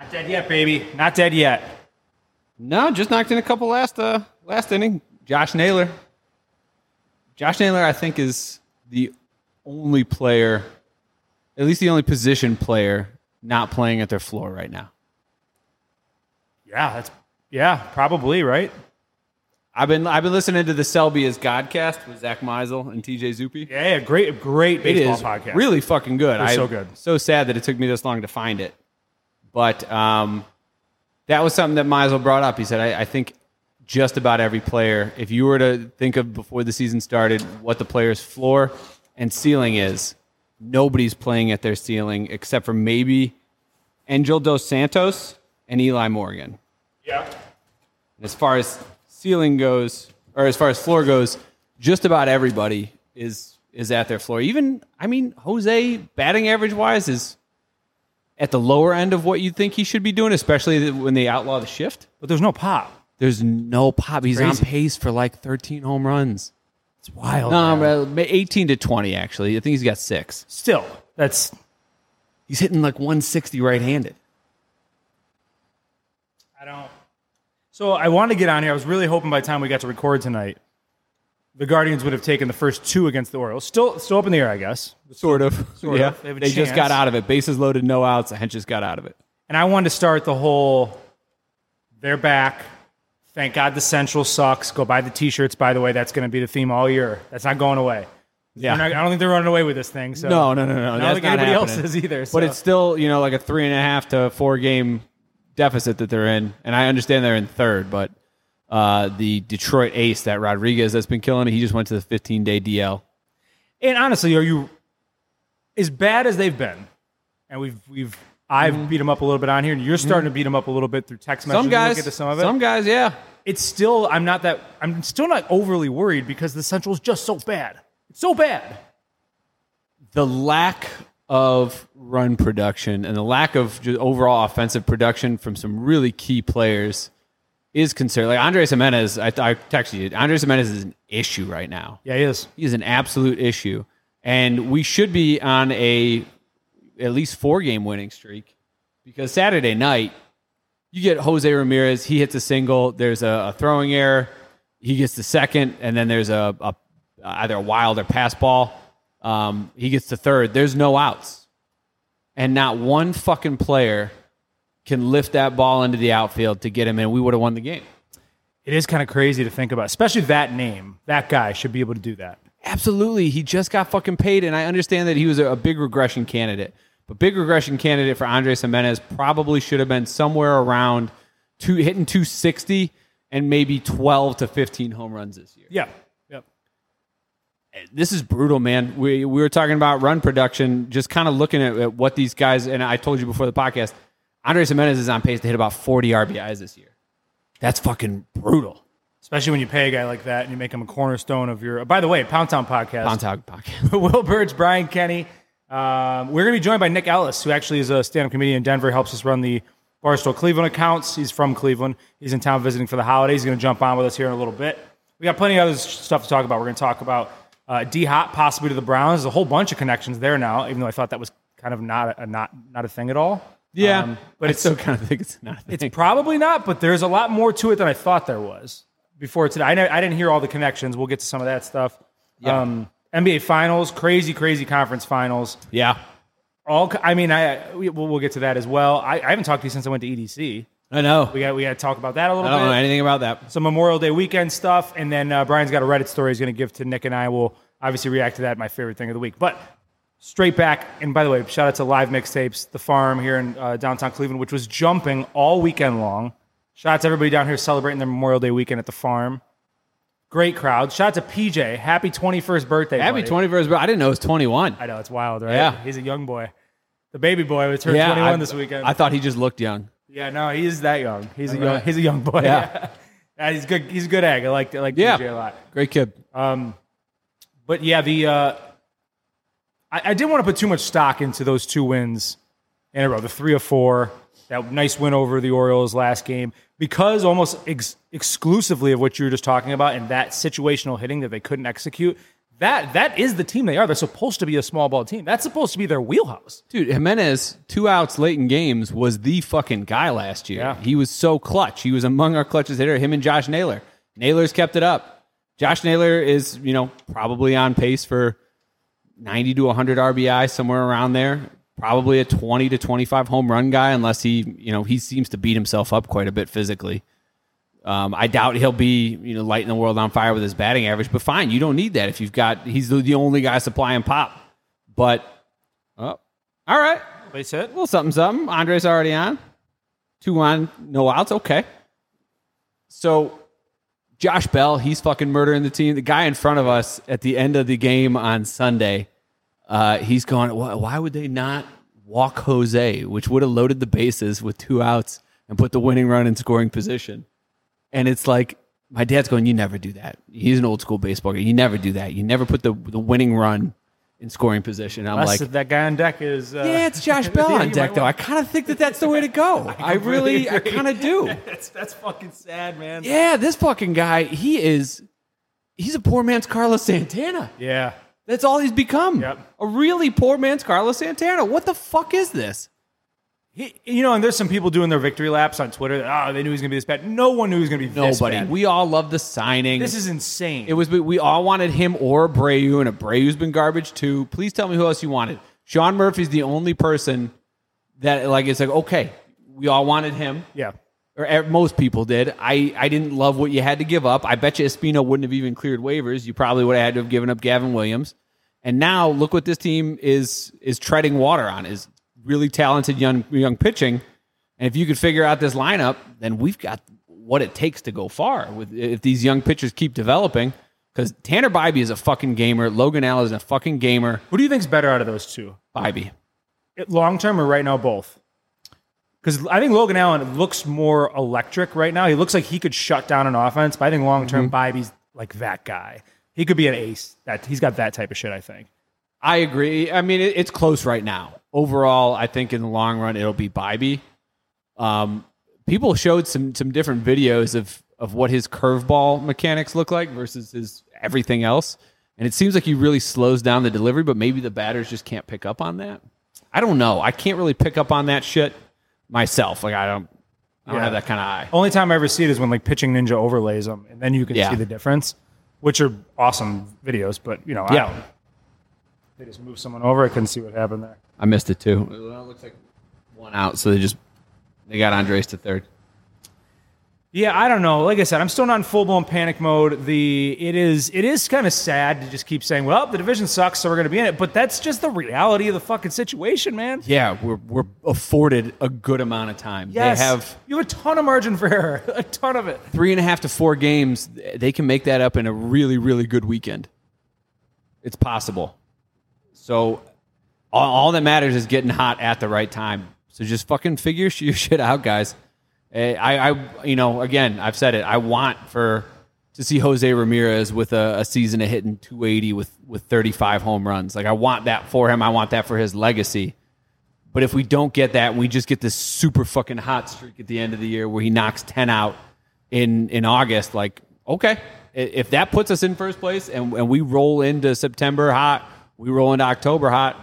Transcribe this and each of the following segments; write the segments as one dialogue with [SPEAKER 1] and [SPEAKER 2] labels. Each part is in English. [SPEAKER 1] Not dead yet, baby. Not dead yet.
[SPEAKER 2] No, just knocked in a couple last uh, last inning. Josh Naylor. Josh Naylor, I think, is the only player, at least the only position player, not playing at their floor right now.
[SPEAKER 1] Yeah, that's yeah, probably right.
[SPEAKER 2] I've been I've been listening to the Selby as Godcast with Zach Meisel and TJ Zuppi.
[SPEAKER 1] Yeah, yeah great, great
[SPEAKER 2] It
[SPEAKER 1] baseball
[SPEAKER 2] is
[SPEAKER 1] podcast.
[SPEAKER 2] really fucking good.
[SPEAKER 1] It's
[SPEAKER 2] I-
[SPEAKER 1] so good.
[SPEAKER 2] So sad that it took me this long to find it, but um, that was something that Meisel brought up. He said, I, "I think just about every player, if you were to think of before the season started what the player's floor and ceiling is, nobody's playing at their ceiling except for maybe Angel Dos Santos and Eli Morgan."
[SPEAKER 1] Yeah.
[SPEAKER 2] And as far as ceiling goes, or as far as floor goes, just about everybody is is at their floor. Even I mean, Jose batting average wise is at the lower end of what you think he should be doing, especially when they outlaw the shift.
[SPEAKER 1] But there's no pop.
[SPEAKER 2] There's no pop. He's on
[SPEAKER 1] Crazy.
[SPEAKER 2] pace for like 13 home runs.
[SPEAKER 1] It's wild.
[SPEAKER 2] No,
[SPEAKER 1] man.
[SPEAKER 2] I'm- 18 to 20 actually. I think he's got six.
[SPEAKER 1] Still, that's
[SPEAKER 2] He's hitting like 160 right-handed.
[SPEAKER 1] I don't. So I wanted to get on here. I was really hoping by the time we got to record tonight, the Guardians would have taken the first two against the Orioles. Still, still up in the air, I guess.
[SPEAKER 2] Sort of. Sort
[SPEAKER 1] Yeah.
[SPEAKER 2] of.
[SPEAKER 1] They
[SPEAKER 2] They,
[SPEAKER 1] have a
[SPEAKER 2] just
[SPEAKER 1] chance.
[SPEAKER 2] got out of it. Bases loaded, no outs. Hench just got out of it.
[SPEAKER 1] And I wanted to start the whole. They're back. Thank God the Central sucks. Go buy the T-shirts. By the way, that's going to be the theme all year. That's not going away.
[SPEAKER 2] Yeah.
[SPEAKER 1] They're not- I don't think they're running away with this thing. So
[SPEAKER 2] No, no, no, no.
[SPEAKER 1] I
[SPEAKER 2] that's
[SPEAKER 1] don't think
[SPEAKER 2] not
[SPEAKER 1] anybody else
[SPEAKER 2] happening.
[SPEAKER 1] is either. So.
[SPEAKER 2] But it's still, you know, like a three and a half to four game deficit that they're in. And I understand they're in third, but uh, the Detroit ace, that Rodriguez that's been killing it, he just went to the 15 day DL.
[SPEAKER 1] And honestly, are you as bad as they've been? And we've we've I've beat them up a little bit on here, and you're starting to beat them up a little bit through text messages. We'll
[SPEAKER 2] Some guys,
[SPEAKER 1] get to Mm-hmm. some of it.
[SPEAKER 2] guys, yeah.
[SPEAKER 1] it's still I'm not that I'm still not overly worried because the Central's just so bad. It's so bad.
[SPEAKER 2] The lack of run production and the lack of just overall offensive production from some really key players is concerned. Like Andres Jimenez, I, I texted you. Andres Jimenez is an issue right now.
[SPEAKER 1] Yeah, it is.
[SPEAKER 2] He is an absolute issue, and we should be on a at least four game winning streak because Saturday night you get Jose Ramirez. He hits a single. There's a, a throwing error. He gets the second, and then there's a, a either a wild or pass ball. Um, he gets the third. There's no outs, and not one fucking player can lift that ball into the outfield to get him in. We would have won the game.
[SPEAKER 1] It is kind of crazy to think about, especially that name. That guy should be able to do that.
[SPEAKER 2] Absolutely. He just got fucking paid, and I understand that he was a, a big regression candidate. But big regression candidate for Andres Jimenez probably should have been somewhere around two, hitting 260 and maybe 12 to 15 home runs this year.
[SPEAKER 1] Yeah. Yep.
[SPEAKER 2] This is brutal, man. We, we were talking about run production, just kind of looking at, at what these guys, and I told you before the podcast, Andres Jimenez is on pace to hit about 40 RBIs this year. That's fucking brutal.
[SPEAKER 1] Especially when you pay a guy like that and you make him a cornerstone of your. By the way, Pound Town podcast.
[SPEAKER 2] On top podcast.
[SPEAKER 1] Will Birds, Brian Kenny. Um, we're going to be joined by Nick Ellis, who actually is a stand up comedian in Denver, helps us run the Barstool Cleveland accounts. He's from Cleveland. He's in town visiting for the holidays. He's going to jump on with us here in a little bit. We got plenty of other s- stuff to talk about. We're going to talk about uh, D Hop possibly to the Browns. There's a whole bunch of connections there now, even though I thought that was kind of not a, not not a thing at all.
[SPEAKER 2] Yeah.
[SPEAKER 1] Um,
[SPEAKER 2] but I still kind of think it's not. a thing.
[SPEAKER 1] Probably not, but there's a lot more to it than I thought there was before today. I, know, I didn't hear all the connections. We'll get to some of that stuff.
[SPEAKER 2] Yeah.
[SPEAKER 1] Um, NBA Finals, crazy, crazy conference finals.
[SPEAKER 2] yeah.
[SPEAKER 1] All, I mean, I we, we'll, we'll get to that as well. I, I haven't talked to you since I went to EDC.
[SPEAKER 2] I know.
[SPEAKER 1] We got we got to talk about that a little
[SPEAKER 2] I don't know
[SPEAKER 1] bit.
[SPEAKER 2] anything about that.
[SPEAKER 1] Some Memorial Day weekend stuff, and then uh, Brian's got a Reddit story he's going to give to Nick and I. will obviously react to that. My favorite thing of the week, but straight back. And by the way, shout out to Live Mixtapes, the farm here in uh, downtown Cleveland, which was jumping all weekend long. Shout out to everybody down here celebrating their Memorial Day weekend at the farm. Great crowd. Shout out to PJ. Happy 21st birthday.
[SPEAKER 2] Happy
[SPEAKER 1] buddy.
[SPEAKER 2] twenty first, bro. I didn't know it was twenty one.
[SPEAKER 1] I know it's wild, right?
[SPEAKER 2] Yeah.
[SPEAKER 1] he's a young boy. The baby boy was turned 21 this weekend.
[SPEAKER 2] I thought he just looked young.
[SPEAKER 1] yeah, no, he is that young. He's a
[SPEAKER 2] All right.
[SPEAKER 1] young, he's a young boy.
[SPEAKER 2] Yeah.
[SPEAKER 1] Yeah, he's good. He's a good egg. I like I like
[SPEAKER 2] Yeah.
[SPEAKER 1] DJ a lot.
[SPEAKER 2] Great kid.
[SPEAKER 1] But yeah, the uh, I, I didn't want to put too much stock into those two wins in a row. The three of four, that nice win over the Orioles last game, because almost ex- exclusively of what you were just talking about and that situational hitting that they couldn't execute. That that is the team they are. They're supposed to be a small ball team. That's supposed to be their wheelhouse.
[SPEAKER 2] Dude, Jimenez, two outs late in games, was the fucking guy last year.
[SPEAKER 1] Yeah.
[SPEAKER 2] He was so clutch. He was among our clutches hitter, him and Josh Naylor. Naylor's kept it up. Josh Naylor is, you know, probably on pace for 90 to 100 RBI, somewhere around there. Probably a 20 to 25 home run guy, unless he, you know, he seems to beat himself up quite a bit physically. Um, I doubt he'll be, you know, lighting the world on fire with his batting average, but fine. You don't need that if you've got, he's the, the only guy supplying pop. But, oh, all right.
[SPEAKER 1] They said
[SPEAKER 2] Well, something, something. Andre's already on. Two on, no outs. Okay. So, Josh Bell, he's fucking murdering the team. The guy in front of us at the end of the game on Sunday, uh, he's going, why, why would they not walk Jose, which would have loaded the bases with two outs and put the winning run in scoring position? And it's like, my dad's going, you never do that. He's an old school baseball guy. You never do that. You never put the, the winning run in scoring position. I'm
[SPEAKER 1] Unless
[SPEAKER 2] like,
[SPEAKER 1] if that guy on deck is uh,
[SPEAKER 2] yeah, it's Josh Bell
[SPEAKER 1] Yeah,
[SPEAKER 2] on
[SPEAKER 1] you
[SPEAKER 2] deck,
[SPEAKER 1] might
[SPEAKER 2] though. I
[SPEAKER 1] want-
[SPEAKER 2] kind of think that that's the way to go. I, really, I kind of do.
[SPEAKER 1] that's that's fucking sad, man.
[SPEAKER 2] Yeah, this fucking guy, he is, he's a poor man's Carlos Santana.
[SPEAKER 1] Yeah.
[SPEAKER 2] That's all he's become.
[SPEAKER 1] Yep.
[SPEAKER 2] A really poor man's Carlos Santana. What the fuck is this?
[SPEAKER 1] He, you know, and there's some people doing their victory laps on Twitter. That, oh, they knew he was going to be this bad. No one knew he was going to be this
[SPEAKER 2] Nobody.
[SPEAKER 1] bad.
[SPEAKER 2] We all love the signing.
[SPEAKER 1] This is insane.
[SPEAKER 2] It was we all wanted him or Abreu, and Abreu's been garbage too. Please tell me who else you wanted. Sean Murphy's the only person that like it's like okay, we all wanted him.
[SPEAKER 1] yeah.
[SPEAKER 2] or er, most people did. I, I didn't love what you had to give up. I bet you Espino wouldn't have even cleared waivers. You probably would have had to have given up Gavin Williams. And now look what this team is is treading water on is really talented young young pitching. And if you could figure out this lineup, then we've got what it takes to go far with if these young pitchers keep developing. Because Tanner Bybee is a fucking gamer. Logan Allen is a fucking gamer.
[SPEAKER 1] Who do you think's better out of those two?
[SPEAKER 2] Bybee.
[SPEAKER 1] long term or right now both? Because I think Logan Allen looks more electric right now. He looks like he could shut down an offense, but I think long term,
[SPEAKER 2] Mm-hmm.
[SPEAKER 1] Bybee's like that guy. He could be an ace. That he's got that type of shit. I think.
[SPEAKER 2] I agree. I mean, it, it's close right now. Overall, I think in the long run, it'll be Bybee. Um, people showed some some different videos of of what his curveball mechanics look like versus his everything else, and it seems like he really slows down the delivery. But maybe the batters just can't pick up on that. I don't know. I can't really pick up on that shit myself. Like I don't, I don't
[SPEAKER 1] Yeah. Oh,
[SPEAKER 2] have that kind of eye.
[SPEAKER 1] Only time I ever see it is when like pitching ninja overlays them, and then you can
[SPEAKER 2] Yeah.
[SPEAKER 1] see the difference, which are awesome videos. But you know, I don't- they just moved someone over. I couldn't see what happened there.
[SPEAKER 2] I missed it too. Well, it looks like one out, so they just they got Andres to third.
[SPEAKER 1] Yeah, I don't know. Like I said, I'm still not in full blown panic mode. The it is it is kind of sad to just keep saying, well, the division sucks, so we're going to be in it. But that's just the reality of the fucking situation, man.
[SPEAKER 2] Yeah, we're we're afforded a good amount of time.
[SPEAKER 1] Yes,
[SPEAKER 2] They have
[SPEAKER 1] you have a ton of margin for error, a ton of it.
[SPEAKER 2] three and a half to four games. They can make that up in a really really good weekend. It's possible. So all, all that matters is getting hot at the right time. So just fucking figure sh- your shit out, guys. Eh, I, I, you know, again, I've said it. I want for to see Jose Ramirez with a, a season of hitting 280 with with 35 home runs. Like I want that for him. I want that for his legacy. But if we don't get that, we just get this super fucking hot streak at the end of the year where he knocks 10 out in in August. Like, okay, I- if that puts us in first place and, and we roll into September hot, we roll into October hot,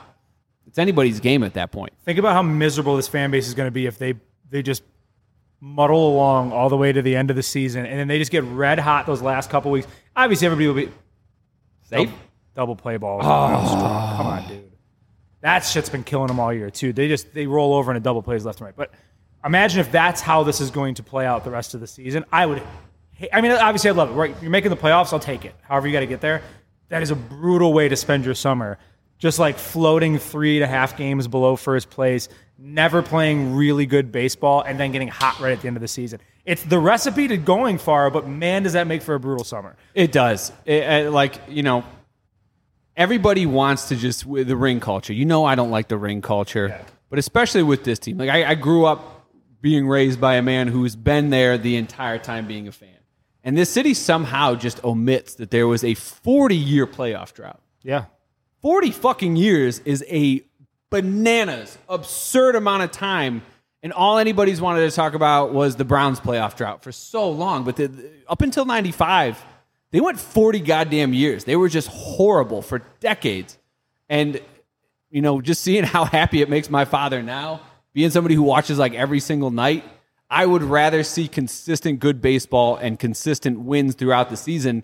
[SPEAKER 2] it's anybody's game at that point.
[SPEAKER 1] Think about how miserable this fan base is going to be if they they just muddle along all the way to the end of the season, and then they just get red hot those last couple weeks. Obviously, everybody will be
[SPEAKER 2] They,
[SPEAKER 1] double play balls. Come on, dude. That shit's been killing them all year too. They just they roll over into double plays left and right. But imagine if that's how this is going to play out the rest of the season. I would. ha- I mean, obviously, I love it. Right, you're making the playoffs. I'll take it. However, you got to get there. That is a brutal way to spend your summer. Just like floating three and a half games below first place, never playing really good baseball, and then getting hot right at the end of the season. It's the recipe to going far, but man, does that make for a brutal summer.
[SPEAKER 2] It does. It, uh, like you know, everybody wants to just with the ring culture. You know, I don't like the ring culture, but especially with this team. Like I, I grew up being raised by a man who's been there the entire time being a fan, and this city somehow just omits that there was a forty-year playoff drought.
[SPEAKER 1] Yeah,
[SPEAKER 2] 40 fucking years is a bananas absurd amount of time and all anybody's wanted to talk about was the browns playoff drought for so long but the, the- up until 95 They went 40 goddamn years. They were just horrible for decades. And, you know, just seeing how happy it makes my father now, being somebody who watches like every single night, I would rather see consistent good baseball and consistent wins throughout the season.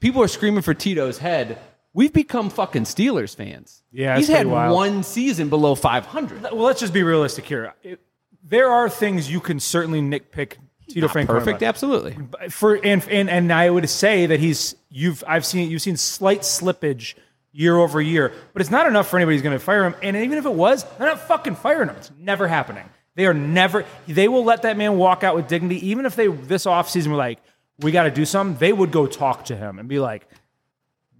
[SPEAKER 2] People are screaming for Tito's head. We've become fucking Steelers fans.
[SPEAKER 1] Yeah,
[SPEAKER 2] he's
[SPEAKER 1] it's
[SPEAKER 2] had
[SPEAKER 1] pretty wild.
[SPEAKER 2] one season below 500.
[SPEAKER 1] Well, let's just be realistic here. It, there are things you can certainly nitpick Tito Frank
[SPEAKER 2] Perfect, absolutely.
[SPEAKER 1] for and, and and I would say that he's you've I've seen you've seen slight slippage year over year, but it's not enough for anybody's going to fire him. And even if it was, they're not fucking firing him. It's never happening. They are never. They will let that man walk out with dignity, even if they this offseason were like, we got to do something. They would go talk to him and be like.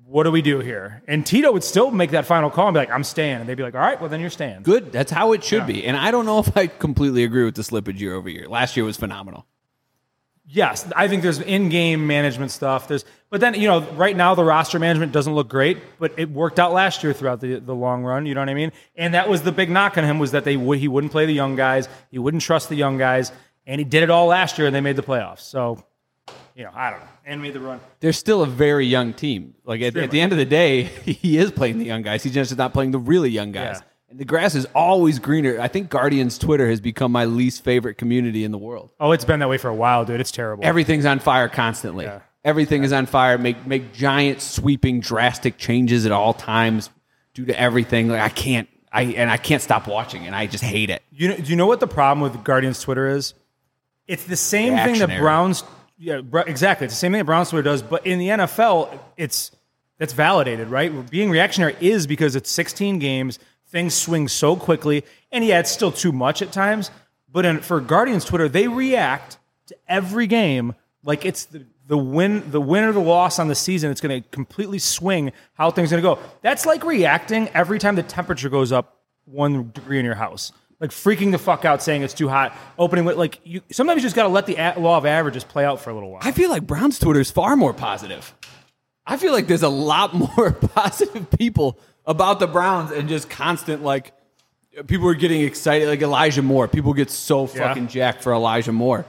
[SPEAKER 1] What do we do here? And Tito would still make that final call and be like, "I'm staying," and they'd be like, "All right, well then you're staying."
[SPEAKER 2] Good. That's how it should be. And I don't know if I completely agree with the slippage year over year. Last year was phenomenal.
[SPEAKER 1] Yes, I think there's in-game management stuff. There's, but then you know, right now the roster management doesn't look great, but it worked out last year throughout the, the long run. You know what I mean? And that was the big knock on him was that they would he wouldn't play the young guys, he wouldn't trust the young guys, and he did it all last year, and they made the playoffs. So, you know, I don't know, and made the run.
[SPEAKER 2] They're still a very young team. Like at, at the end of the day, he is playing the young guys. He's just not playing the really young guys.
[SPEAKER 1] Yeah.
[SPEAKER 2] And the grass is always greener. I think Guardians Twitter has become my least favorite community in the world.
[SPEAKER 1] Oh, it's been that way for a while, dude. It's terrible.
[SPEAKER 2] Everything's on fire constantly. Everything is on fire. Make make giant sweeping drastic changes at all times due to everything. Like I can't I and I can't stop watching and I just hate it.
[SPEAKER 1] You know, do you know what the problem with Guardians Twitter is? It's the same thing that
[SPEAKER 2] Reactionary.
[SPEAKER 1] Browns. Yeah, Br- exactly. It's the same thing that Browns Twitter does, but in the NFL, it's that's validated, right? Being reactionary is because it's 16 games, things swing so quickly, and yeah, it's still too much at times. But in, for Guardians Twitter, they react to every game like it's the the win the win or the loss on the season it's going to completely swing how things going to go that's like reacting every time the temperature goes up one degree in your house like freaking the fuck out saying it's too hot opening with like you sometimes you just got to let the a- law of averages play out for a little while
[SPEAKER 2] I feel like Brown's Twitter is far more positive. I feel like there's a lot more positive people about the Browns and just constant like people are getting excited like Elijah Moore. People get so fucking jacked for Elijah Moore.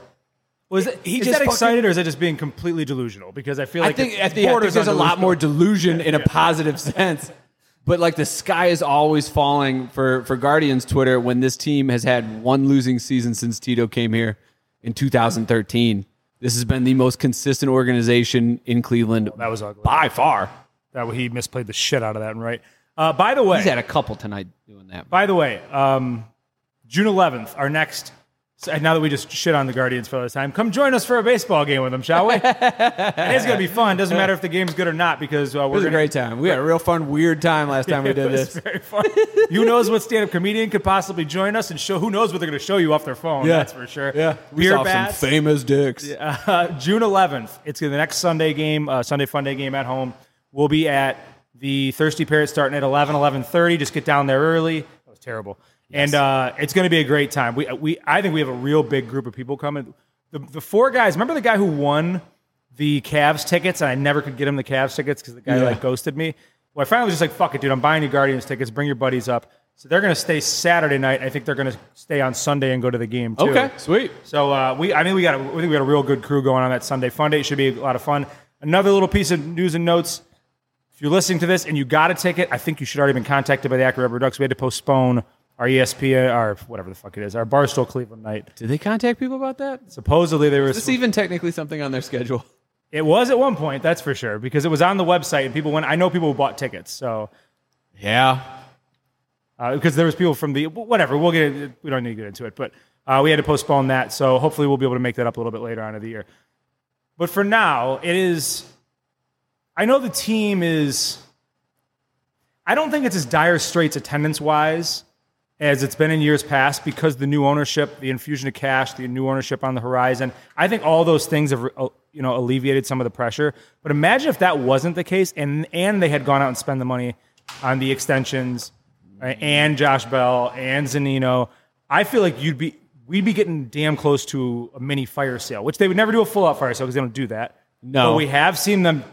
[SPEAKER 1] was it
[SPEAKER 2] he
[SPEAKER 1] is
[SPEAKER 2] just
[SPEAKER 1] that
[SPEAKER 2] fucking-
[SPEAKER 1] excited or is that just being completely delusional because i feel like
[SPEAKER 2] I think
[SPEAKER 1] it's-
[SPEAKER 2] at the I think
[SPEAKER 1] borders
[SPEAKER 2] there's a
[SPEAKER 1] on
[SPEAKER 2] lot
[SPEAKER 1] delusional.
[SPEAKER 2] more delusion in a positive sense. But like the sky is always falling for for Guardians Twitter when this team has had one losing season since Tito came here in 2013. This has been the most consistent organization in Cleveland
[SPEAKER 1] that was ugly
[SPEAKER 2] by far.
[SPEAKER 1] that he misplayed the shit out of that and right uh, by the way
[SPEAKER 2] He's had a couple tonight doing that.
[SPEAKER 1] By the way, um, June 11th, our next. so Now that we just shit on the Guardians for this time, come join us for a baseball game with them, shall we? it is going to be fun. Doesn't matter if the game's good or not because uh,
[SPEAKER 2] It
[SPEAKER 1] we're
[SPEAKER 2] was a
[SPEAKER 1] gonna,
[SPEAKER 2] great time. We had a real fun, weird time last time we did
[SPEAKER 1] It's
[SPEAKER 2] this.
[SPEAKER 1] very fun. Who knows what stand-up comedian could possibly join us and show? Who knows what they're going to show you off their phone? that's for sure.
[SPEAKER 2] Yeah, we
[SPEAKER 1] beer
[SPEAKER 2] saw
[SPEAKER 1] bats.
[SPEAKER 2] some famous dicks.
[SPEAKER 1] Uh, June 11th. It's the next Sunday game, uh, Sunday Fun Day game at home. We'll be at the Thirsty Parrot starting at 11, 11.30. Just get down there early. That was terrible. And uh, it's going to be a great time. We, we, I think we have a real big group of people coming. The, the four guys, remember the guy who won the Cavs tickets and I never could get him the Cavs tickets because the guy
[SPEAKER 2] Yeah.
[SPEAKER 1] like ghosted me? Well, I finally was just like, fuck it, dude. I'm buying you Guardians tickets. Bring your buddies up. So they're going to stay Saturday night. I think they're going to stay on Sunday and go to the game too.
[SPEAKER 2] Okay, sweet.
[SPEAKER 1] So uh, we, I think we got, a, we think we got a real good crew going on that Sunday fun day. It should be a lot of fun. Another little piece of news and notes. If you're listening to this and you got a ticket, I think you should already been contacted by the Acura Rubber Ducks. We had to postpone our E ESPN, our whatever the fuck it is, our Barstool Cleveland night.
[SPEAKER 2] Did they contact people about that? Is
[SPEAKER 1] Supposedly they were.
[SPEAKER 2] this even technically something on their schedule?
[SPEAKER 1] It was at one point, that's for sure, because it was on the website and people went. I know people who bought tickets, so
[SPEAKER 2] Yeah.
[SPEAKER 1] uh, because there was people from the whatever. We'll get it, we don't need to get into it, but uh, we had to postpone that. So hopefully we'll be able to make that up a little bit later on in the year. But for now, it is. I know the team is. I don't think it's as dire straits attendance wise as it's been in years past because the new ownership, the infusion of cash, the new ownership on the horizon. I think all those things have uh, you know alleviated some of the pressure. But imagine if that wasn't the case, and and they had gone out and spent the money on the extensions, uh, and Josh Bell and Zanino. I feel like you'd be we'd be getting damn close to a mini fire sale, which they would never do a full out fire sale because they don't do that.
[SPEAKER 2] No.
[SPEAKER 1] But we have seen them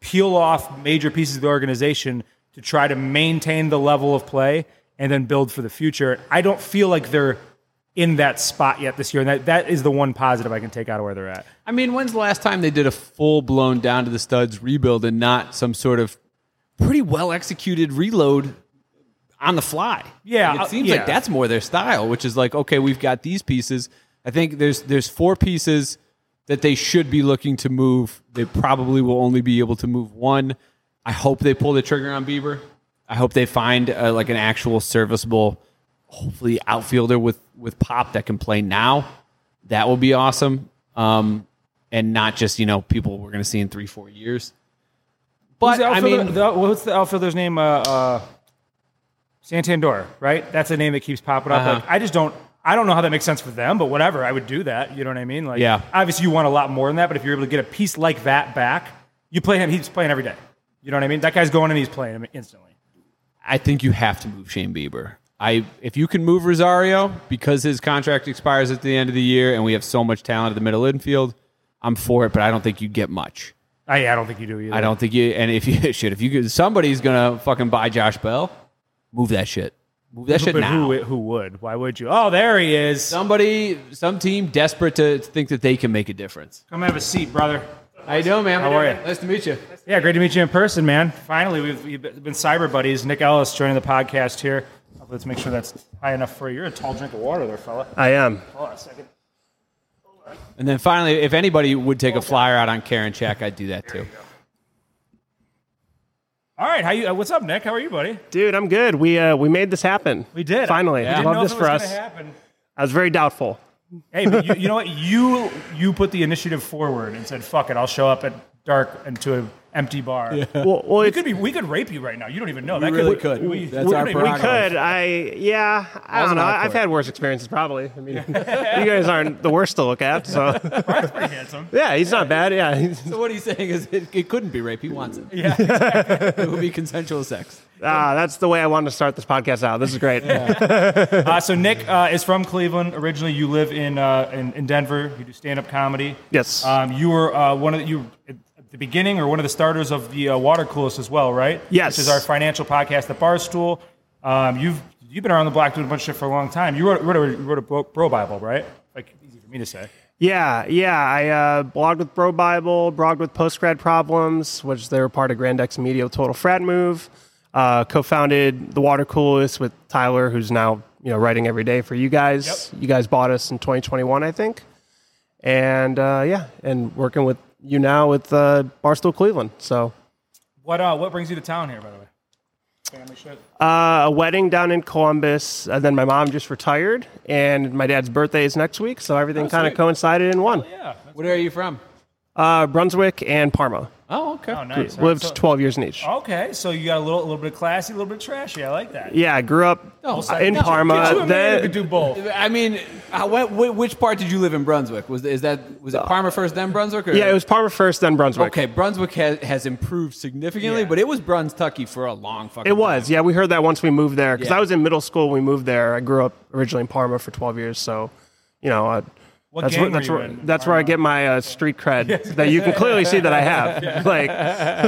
[SPEAKER 1] peel off major pieces of the organization to try to maintain the level of play and then build for the future. I don't feel like they're in that spot yet this year. And that, that is the one positive I can take out of where they're at.
[SPEAKER 2] I mean, when's the last time they did a full blown down to the studs rebuild and not some sort of pretty well executed reload on the fly?
[SPEAKER 1] Yeah,
[SPEAKER 2] Like,
[SPEAKER 1] uh,
[SPEAKER 2] it seems
[SPEAKER 1] yeah.
[SPEAKER 2] like that's more their style, which is like, okay, we've got these pieces. I think there's there's four pieces that they should be looking to move. They probably will only be able to move one. I hope they pull the trigger on Bieber. I hope they find uh, like an actual serviceable, hopefully outfielder with with pop that can play now. That will be awesome. Um, and not just you know people we're going to see in three four years.
[SPEAKER 1] Who's
[SPEAKER 2] But
[SPEAKER 1] the
[SPEAKER 2] I
[SPEAKER 1] outfielder-
[SPEAKER 2] mean,
[SPEAKER 1] the- what's the outfielder's name? Uh, uh, Santander, right? That's a name that keeps popping up.
[SPEAKER 2] Uh-huh.
[SPEAKER 1] Like, I just don't. I don't know how that makes sense for them, but whatever. I would do that. You know what I mean? Like,
[SPEAKER 2] Yeah.
[SPEAKER 1] Obviously, you want a lot more than that, but if you're able to get a piece like that back, you play him. He's playing every day. You know what I mean? That guy's going and he's playing him instantly.
[SPEAKER 2] I think you have to move Shane Bieber. I if you can move Rosario because his contract expires at the end of the year and we have so much talent at the middle infield, I'm for it. But I don't think you get much.
[SPEAKER 1] I, I don't think you do either.
[SPEAKER 2] I don't think you. And if you should, if you could, somebody's gonna fucking buy Josh Bell, move that shit. Move that shit
[SPEAKER 1] But
[SPEAKER 2] now.
[SPEAKER 1] who who would? Why would you? Oh, there he is.
[SPEAKER 2] Somebody, some team desperate to think that they can make a difference.
[SPEAKER 1] Come have a seat, brother.
[SPEAKER 2] How you doing, man?
[SPEAKER 1] How are you?
[SPEAKER 2] Nice to meet you.
[SPEAKER 1] Yeah, great to meet you in person, man. Finally, we've, we've been cyber buddies. Nick Ellis joining the podcast here. Let's make sure that's high enough for you. You're a tall drink of water there, fella.
[SPEAKER 3] I am.
[SPEAKER 1] Hold on a second.
[SPEAKER 2] And then finally, if anybody would take a flyer out on Karen Check, I'd do that too.
[SPEAKER 1] All right, how you? Uh, what's up, Nick? How are you, buddy?
[SPEAKER 3] Dude, I'm good. We uh, we made this happen.
[SPEAKER 1] We did.
[SPEAKER 3] Finally.
[SPEAKER 1] I didn't know
[SPEAKER 3] Love
[SPEAKER 1] if
[SPEAKER 3] this
[SPEAKER 1] it
[SPEAKER 3] for
[SPEAKER 1] was
[SPEAKER 3] us.
[SPEAKER 1] gonna happen.
[SPEAKER 3] I was very doubtful.
[SPEAKER 1] Hey, but you, you know what? You you put the initiative forward and said, "Fuck it, I'll show up at dark into an empty bar."
[SPEAKER 3] Well, well
[SPEAKER 1] We
[SPEAKER 3] it's,
[SPEAKER 1] could be. We could rape you right now. You don't even know. that
[SPEAKER 2] really could.
[SPEAKER 1] We,
[SPEAKER 2] That's
[SPEAKER 1] we-
[SPEAKER 2] our
[SPEAKER 1] we
[SPEAKER 3] we
[SPEAKER 2] prerogative.
[SPEAKER 3] could. I yeah. I
[SPEAKER 2] Wasn't
[SPEAKER 3] don't know.
[SPEAKER 2] awkward.
[SPEAKER 3] I've had worse experiences probably. I mean, you guys aren't the worst to look at. So
[SPEAKER 1] could. Pretty handsome.
[SPEAKER 3] yeah, he's not bad. Yeah, he's,
[SPEAKER 2] So what he's saying is it, it couldn't be rape. He wants it.
[SPEAKER 1] Yeah,
[SPEAKER 2] It would be consensual sex.
[SPEAKER 3] ah, that's the way I wanted to start this podcast out. This is great.
[SPEAKER 1] Uh, so Nick uh, is from Cleveland originally. You live in uh, in, in Denver. You do stand up comedy.
[SPEAKER 3] Yes.
[SPEAKER 1] Um, you were uh, one of the, you at the beginning or one of the starters of the uh, Water Coolest as well, right?
[SPEAKER 3] Yes.
[SPEAKER 1] Which is our financial podcast, The Barstool. Um, you've you've been around the block doing a bunch of shit for a long time. You wrote wrote a, wrote a bro, bro Bible, right? Like easy for me to say.
[SPEAKER 3] Yeah, yeah. I uh, blogged with Bro Bible, blogged with Postgrad Problems, which they were part of Grand X Media with Total Frat Move. Uh, co-founded The Water Coolest with Tyler, who's now you know writing every day for you guys. You guys bought us in 2021, I think. And uh, yeah, and working with you now with uh, Barstool Cleveland. So
[SPEAKER 1] What uh, what brings you to town here, by the way? Family shit.
[SPEAKER 3] uh, a wedding down in Columbus, and then my mom just retired, and my dad's birthday is next week, so everything kind of
[SPEAKER 2] sweet.
[SPEAKER 3] coincided in one.
[SPEAKER 1] Oh, Yeah.
[SPEAKER 2] Where are you from?
[SPEAKER 3] Uh, Brunswick and Parma.
[SPEAKER 2] Oh, okay.
[SPEAKER 1] Oh, nice. All right,
[SPEAKER 3] Lived
[SPEAKER 1] so-
[SPEAKER 3] 12 years in each.
[SPEAKER 1] okay, so you got a little little bit of classy, a little bit of trashy. I like that.
[SPEAKER 3] Yeah, I grew up
[SPEAKER 2] Oh,
[SPEAKER 3] uh,
[SPEAKER 1] Get
[SPEAKER 2] no,
[SPEAKER 3] in
[SPEAKER 1] you a
[SPEAKER 3] Parma.
[SPEAKER 1] man who
[SPEAKER 3] Then
[SPEAKER 1] could do both.
[SPEAKER 2] I mean, how, what, wh- which part did you live in Brunswick? Was is that was it Parma first, then Brunswick? Or?
[SPEAKER 3] Uh, yeah, it was Parma first, then Brunswick.
[SPEAKER 2] Okay, Brunswick has, has improved significantly,
[SPEAKER 1] Yeah.
[SPEAKER 2] but it was Brunstucky for a long fucking.
[SPEAKER 3] It was. Yeah, we heard that once we moved there because
[SPEAKER 2] Yeah.
[SPEAKER 3] I was in middle school. when We moved there. I grew up originally in Parma for 12 years, so you know. I,
[SPEAKER 1] What
[SPEAKER 3] that's
[SPEAKER 1] gang
[SPEAKER 3] where,
[SPEAKER 1] were
[SPEAKER 3] that's,
[SPEAKER 1] you
[SPEAKER 3] where,
[SPEAKER 1] in?
[SPEAKER 3] that's where I get my uh, street cred that you can clearly see that I have. Like,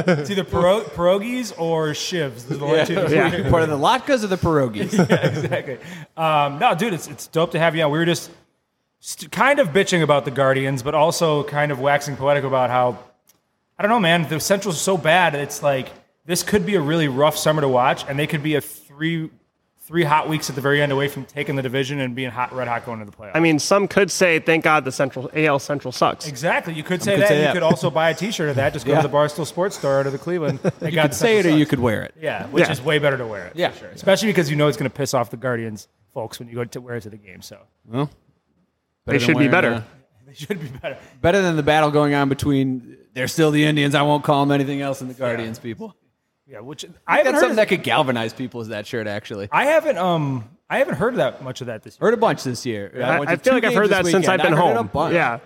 [SPEAKER 1] It's either pierog- pierogies or shivs. Those are the only
[SPEAKER 2] Yeah.
[SPEAKER 1] two.
[SPEAKER 2] Were you part of the latkes or the pierogies.
[SPEAKER 1] exactly. Um, no, dude, it's it's dope to have you on. We were just st- kind of bitching about the Guardians, but also kind of waxing poetic about how I don't know, man. The Central's so bad. It's like this could be a really rough summer to watch, and they could be a three three hot weeks at the very end away from taking the division and being hot red hot going to the playoffs.
[SPEAKER 3] I mean, some could say, "Thank God the Central AL Central sucks."
[SPEAKER 1] Exactly. You could say
[SPEAKER 2] could
[SPEAKER 1] that.
[SPEAKER 2] say
[SPEAKER 1] you
[SPEAKER 2] that.
[SPEAKER 1] could also buy a T-shirt of that. Just go
[SPEAKER 2] Yeah.
[SPEAKER 1] to the Barstool Sports Store or to the Cleveland. You
[SPEAKER 2] could say it or you could wear it.
[SPEAKER 1] Yeah, which
[SPEAKER 3] Yeah.
[SPEAKER 1] is way better to wear it.
[SPEAKER 2] Yeah.
[SPEAKER 1] for sure. Especially because you know it's going to piss off the Guardians folks when you go to wear it to the game. So
[SPEAKER 2] Well,
[SPEAKER 3] They should be
[SPEAKER 1] uh,
[SPEAKER 3] better.
[SPEAKER 1] they should be better.
[SPEAKER 2] better than the battle going on between. They're still the Indians. I won't call them anything else. And the Guardians people.
[SPEAKER 1] Yeah, which I haven't
[SPEAKER 2] That's
[SPEAKER 1] heard.
[SPEAKER 2] something
[SPEAKER 1] Of,
[SPEAKER 2] that could galvanize people. Is that shirt actually?
[SPEAKER 1] I haven't. Um, I haven't heard that much of that this year.
[SPEAKER 2] Heard a bunch this year.
[SPEAKER 3] I,
[SPEAKER 2] went
[SPEAKER 3] I
[SPEAKER 2] to
[SPEAKER 3] feel
[SPEAKER 2] two
[SPEAKER 3] like I've
[SPEAKER 2] games
[SPEAKER 3] heard
[SPEAKER 2] this
[SPEAKER 3] that since
[SPEAKER 2] weekend.
[SPEAKER 3] I've been
[SPEAKER 2] I heard it a
[SPEAKER 3] home.
[SPEAKER 2] bunch.
[SPEAKER 3] Yeah, and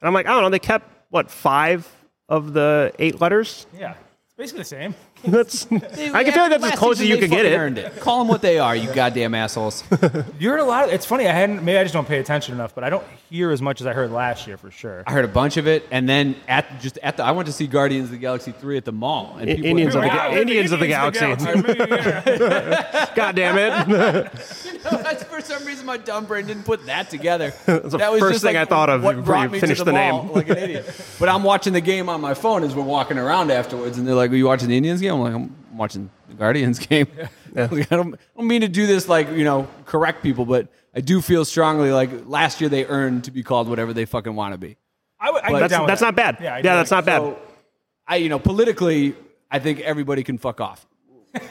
[SPEAKER 3] I'm like, I don't know. They kept what five of the eight letters.
[SPEAKER 1] Yeah, it's basically the same.
[SPEAKER 3] That's, I can tell you that's as
[SPEAKER 2] Last
[SPEAKER 3] close as
[SPEAKER 2] season
[SPEAKER 3] you
[SPEAKER 2] they
[SPEAKER 3] could get
[SPEAKER 2] fucking
[SPEAKER 3] it.
[SPEAKER 2] Earned it. Call them what they are, you goddamn assholes.
[SPEAKER 1] You heard a lot. Of, it's funny. I hadn't. Maybe I just don't pay attention enough, but I don't hear as much as I heard last year for sure.
[SPEAKER 2] I heard a bunch of it, and then at just at the I went to see Guardians of the Galaxy three at the mall, and
[SPEAKER 3] I-
[SPEAKER 2] people
[SPEAKER 3] Indians
[SPEAKER 2] were
[SPEAKER 3] of the
[SPEAKER 2] like,
[SPEAKER 3] Ga- Indians of the Galaxy. God damn it.
[SPEAKER 2] for some reason my dumb brain didn't put that together.
[SPEAKER 3] the
[SPEAKER 2] that was
[SPEAKER 3] first
[SPEAKER 2] just
[SPEAKER 3] thing
[SPEAKER 2] like
[SPEAKER 3] I thought of
[SPEAKER 2] What
[SPEAKER 3] before
[SPEAKER 2] brought
[SPEAKER 3] you
[SPEAKER 2] me
[SPEAKER 3] finished
[SPEAKER 2] to
[SPEAKER 3] the
[SPEAKER 2] the,
[SPEAKER 3] name.
[SPEAKER 2] mall like an idiot. But I'm watching the game on my phone as we're walking around afterwards, and they're like, "Are you watching the Indians game?" I'm like, "I'm watching the Guardians game." Like, I, don't, I don't mean to do this like you know correct people, but I do feel strongly like last year they earned to be called whatever they fucking want to be.
[SPEAKER 1] I, would- I
[SPEAKER 2] But
[SPEAKER 1] get
[SPEAKER 2] that's-
[SPEAKER 1] down with
[SPEAKER 3] that's
[SPEAKER 1] that.
[SPEAKER 3] not bad.
[SPEAKER 1] Yeah, I
[SPEAKER 3] Yeah,
[SPEAKER 1] do
[SPEAKER 3] that's
[SPEAKER 1] like-
[SPEAKER 3] not bad.
[SPEAKER 2] So, I you know politically, I think everybody can fuck off,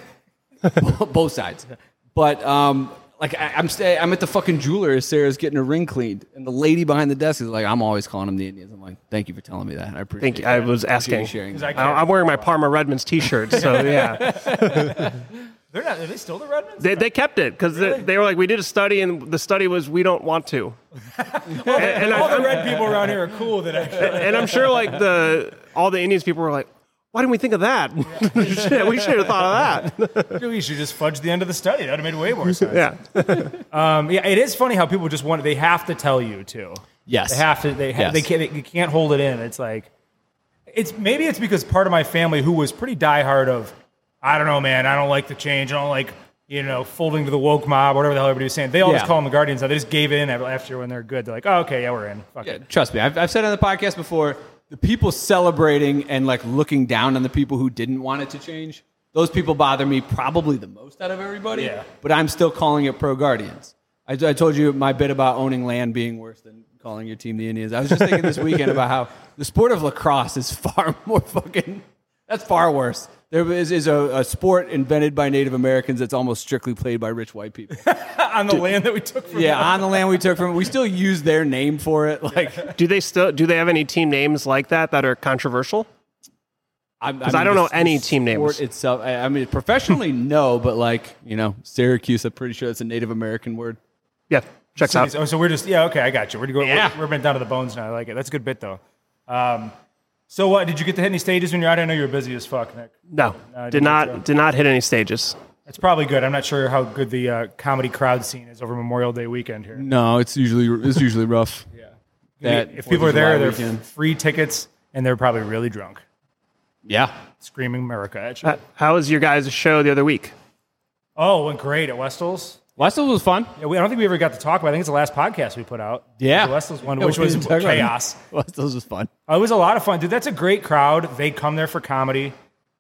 [SPEAKER 2] Bo- both sides. But um, like I, I'm stay, I'm at the fucking jeweler as Sarah's getting her ring cleaned, and the lady behind the desk is like, "I'm always calling them the Indians." I'm like, "Thank you for telling me that. I appreciate."
[SPEAKER 3] Thank you. I
[SPEAKER 2] that.
[SPEAKER 3] was
[SPEAKER 2] Appreciate you
[SPEAKER 3] asking.
[SPEAKER 2] sharing.
[SPEAKER 1] 'Cause
[SPEAKER 2] that.
[SPEAKER 1] I
[SPEAKER 3] I-
[SPEAKER 1] can't-
[SPEAKER 3] I'm wearing my Parma Redmonds T-shirt, so yeah.
[SPEAKER 1] They're not. Are they still the Redmonds?
[SPEAKER 3] they, they kept it because they, they were like, we did a study, and the study was we don't want to. and, and
[SPEAKER 1] All the
[SPEAKER 3] I,
[SPEAKER 1] red people around here are cool. That actually,
[SPEAKER 3] and I'm sure like the all the Indians people were like, why didn't we think of that? Shit, we should have thought of that.
[SPEAKER 1] we should just fudge the end of the study. That would have made way more sense.
[SPEAKER 3] Yeah.
[SPEAKER 1] Um, yeah, it is funny how people just want. They have to tell you too.
[SPEAKER 2] Yes.
[SPEAKER 1] they have to. They ha-
[SPEAKER 2] Yes.
[SPEAKER 1] they can't. They, you can't hold it in. It's like, it's maybe it's because part of my family who was pretty diehard of, I don't know, man. I don't like the change. I don't like you know folding to the woke mob, whatever the hell everybody was saying. They always
[SPEAKER 2] Yeah.
[SPEAKER 1] call them the Guardians. Now. They just gave in after when they're good. They're like, oh okay, yeah, we're in. Fuck
[SPEAKER 2] Yeah,
[SPEAKER 1] it.
[SPEAKER 2] trust me. I've, I've said on the podcast before, the people celebrating and like looking down on the people who didn't want it to change, those people bother me probably the most out of everybody.
[SPEAKER 1] Yeah.
[SPEAKER 2] But I'm still calling it pro Guardians. I, I told you my bit about owning land being worse than calling your team the Indians. I was just thinking this weekend about how the sport of lacrosse is far more fucking. That's far worse. There is, is a, a sport invented by Native Americans that's almost strictly played by rich white people.
[SPEAKER 1] On the land that we took from.
[SPEAKER 2] Yeah, on the land we took from, we still use their name for it. Like,
[SPEAKER 3] Do they still do they have any team names like that that are controversial?
[SPEAKER 2] I,
[SPEAKER 3] I don't know any team names.
[SPEAKER 2] Sport itself, I, I mean, professionally, no, but like you know, Syracuse. I'm pretty sure that's a Native American word.
[SPEAKER 3] Yeah, checks out.
[SPEAKER 1] Oh, So, so we're just yeah okay I got you. We're going.
[SPEAKER 2] Yeah.
[SPEAKER 1] We're, we're bent down to the bones now. I like it. That's a good bit though. Um, so what did you get to hit any stages when you're out? I know you were busy as fuck, Nick.
[SPEAKER 3] No,
[SPEAKER 1] I
[SPEAKER 3] did
[SPEAKER 1] didn't
[SPEAKER 3] not
[SPEAKER 1] think so.
[SPEAKER 3] did not hit any stages.
[SPEAKER 1] It's probably good. I'm not sure how good the uh, comedy crowd scene is over Memorial Day weekend here.
[SPEAKER 2] No, it's usually it's usually rough. yeah, that
[SPEAKER 1] if
[SPEAKER 2] Fourth
[SPEAKER 1] people
[SPEAKER 2] of
[SPEAKER 1] are there,
[SPEAKER 2] July
[SPEAKER 1] they're
[SPEAKER 2] weekend.
[SPEAKER 1] free tickets and they're probably really drunk,
[SPEAKER 2] yeah.
[SPEAKER 1] screaming America at you.
[SPEAKER 3] Uh, How was your guys' show the other week?
[SPEAKER 1] oh, it went great at Westel's.
[SPEAKER 2] Last one was fun.
[SPEAKER 1] Yeah, we, I don't think we ever got to talk about. it. I think it's the last podcast we put out.
[SPEAKER 2] Yeah,
[SPEAKER 1] the Westel's one,
[SPEAKER 2] Yeah,
[SPEAKER 1] which
[SPEAKER 2] we
[SPEAKER 1] was
[SPEAKER 2] didn't talk about it.
[SPEAKER 1] chaos.
[SPEAKER 2] Last one was fun.
[SPEAKER 1] Uh, It was a lot of fun, dude. That's a great crowd. They come there for comedy.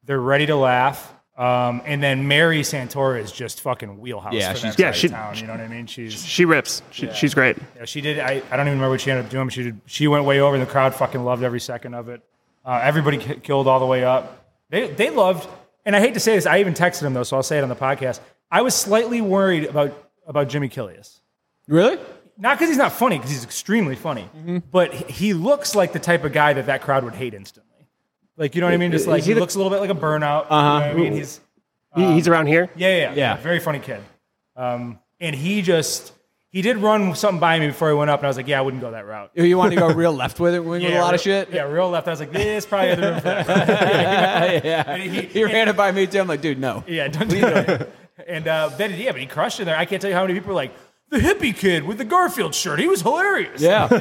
[SPEAKER 1] They're ready to laugh. Um, and then Mary Santora is just fucking wheelhouse.
[SPEAKER 2] Yeah,
[SPEAKER 1] for
[SPEAKER 2] she's-
[SPEAKER 1] that side
[SPEAKER 3] yeah,
[SPEAKER 1] of
[SPEAKER 3] she-
[SPEAKER 1] town. You know what I mean? She's
[SPEAKER 3] She rips. She, She's great.
[SPEAKER 1] Yeah, she did. I, I don't even remember what she ended up doing. But she did, she went way over, and the crowd fucking loved every second of it. Uh, everybody k- killed all the way up. They they loved. And I hate to say this, I even texted him though, so I'll say it on the podcast. I was slightly worried about about Jimmy Killius,
[SPEAKER 2] Really?
[SPEAKER 1] not because he's not funny, because he's extremely funny,
[SPEAKER 3] Mm-hmm.
[SPEAKER 1] but he, he looks like the type of guy that that crowd would hate instantly. Like you know what I mean? Just like
[SPEAKER 3] Is he
[SPEAKER 1] he
[SPEAKER 3] the-
[SPEAKER 1] looks a little bit like a burnout. Uh-huh. I mean? He's
[SPEAKER 3] He- He's around here.
[SPEAKER 1] Um, yeah, yeah, yeah.
[SPEAKER 2] Yeah.
[SPEAKER 1] Very funny kid. Um, and he just he did run something by me before he went up, and I was like, yeah, I wouldn't go that route.
[SPEAKER 2] You want to go real left with it? Wing with a lot
[SPEAKER 1] real-
[SPEAKER 2] of shit.
[SPEAKER 1] Yeah, real left. I was like, this probably the room for that.
[SPEAKER 2] yeah.
[SPEAKER 1] And he-
[SPEAKER 2] He ran it by me too. I'm like, dude, no.
[SPEAKER 1] Yeah, don't do that. And uh, then yeah, but he crushed it there. I can't tell you how many people were like, the hippie kid with the Garfield shirt. He was hilarious.
[SPEAKER 2] Yeah.
[SPEAKER 1] So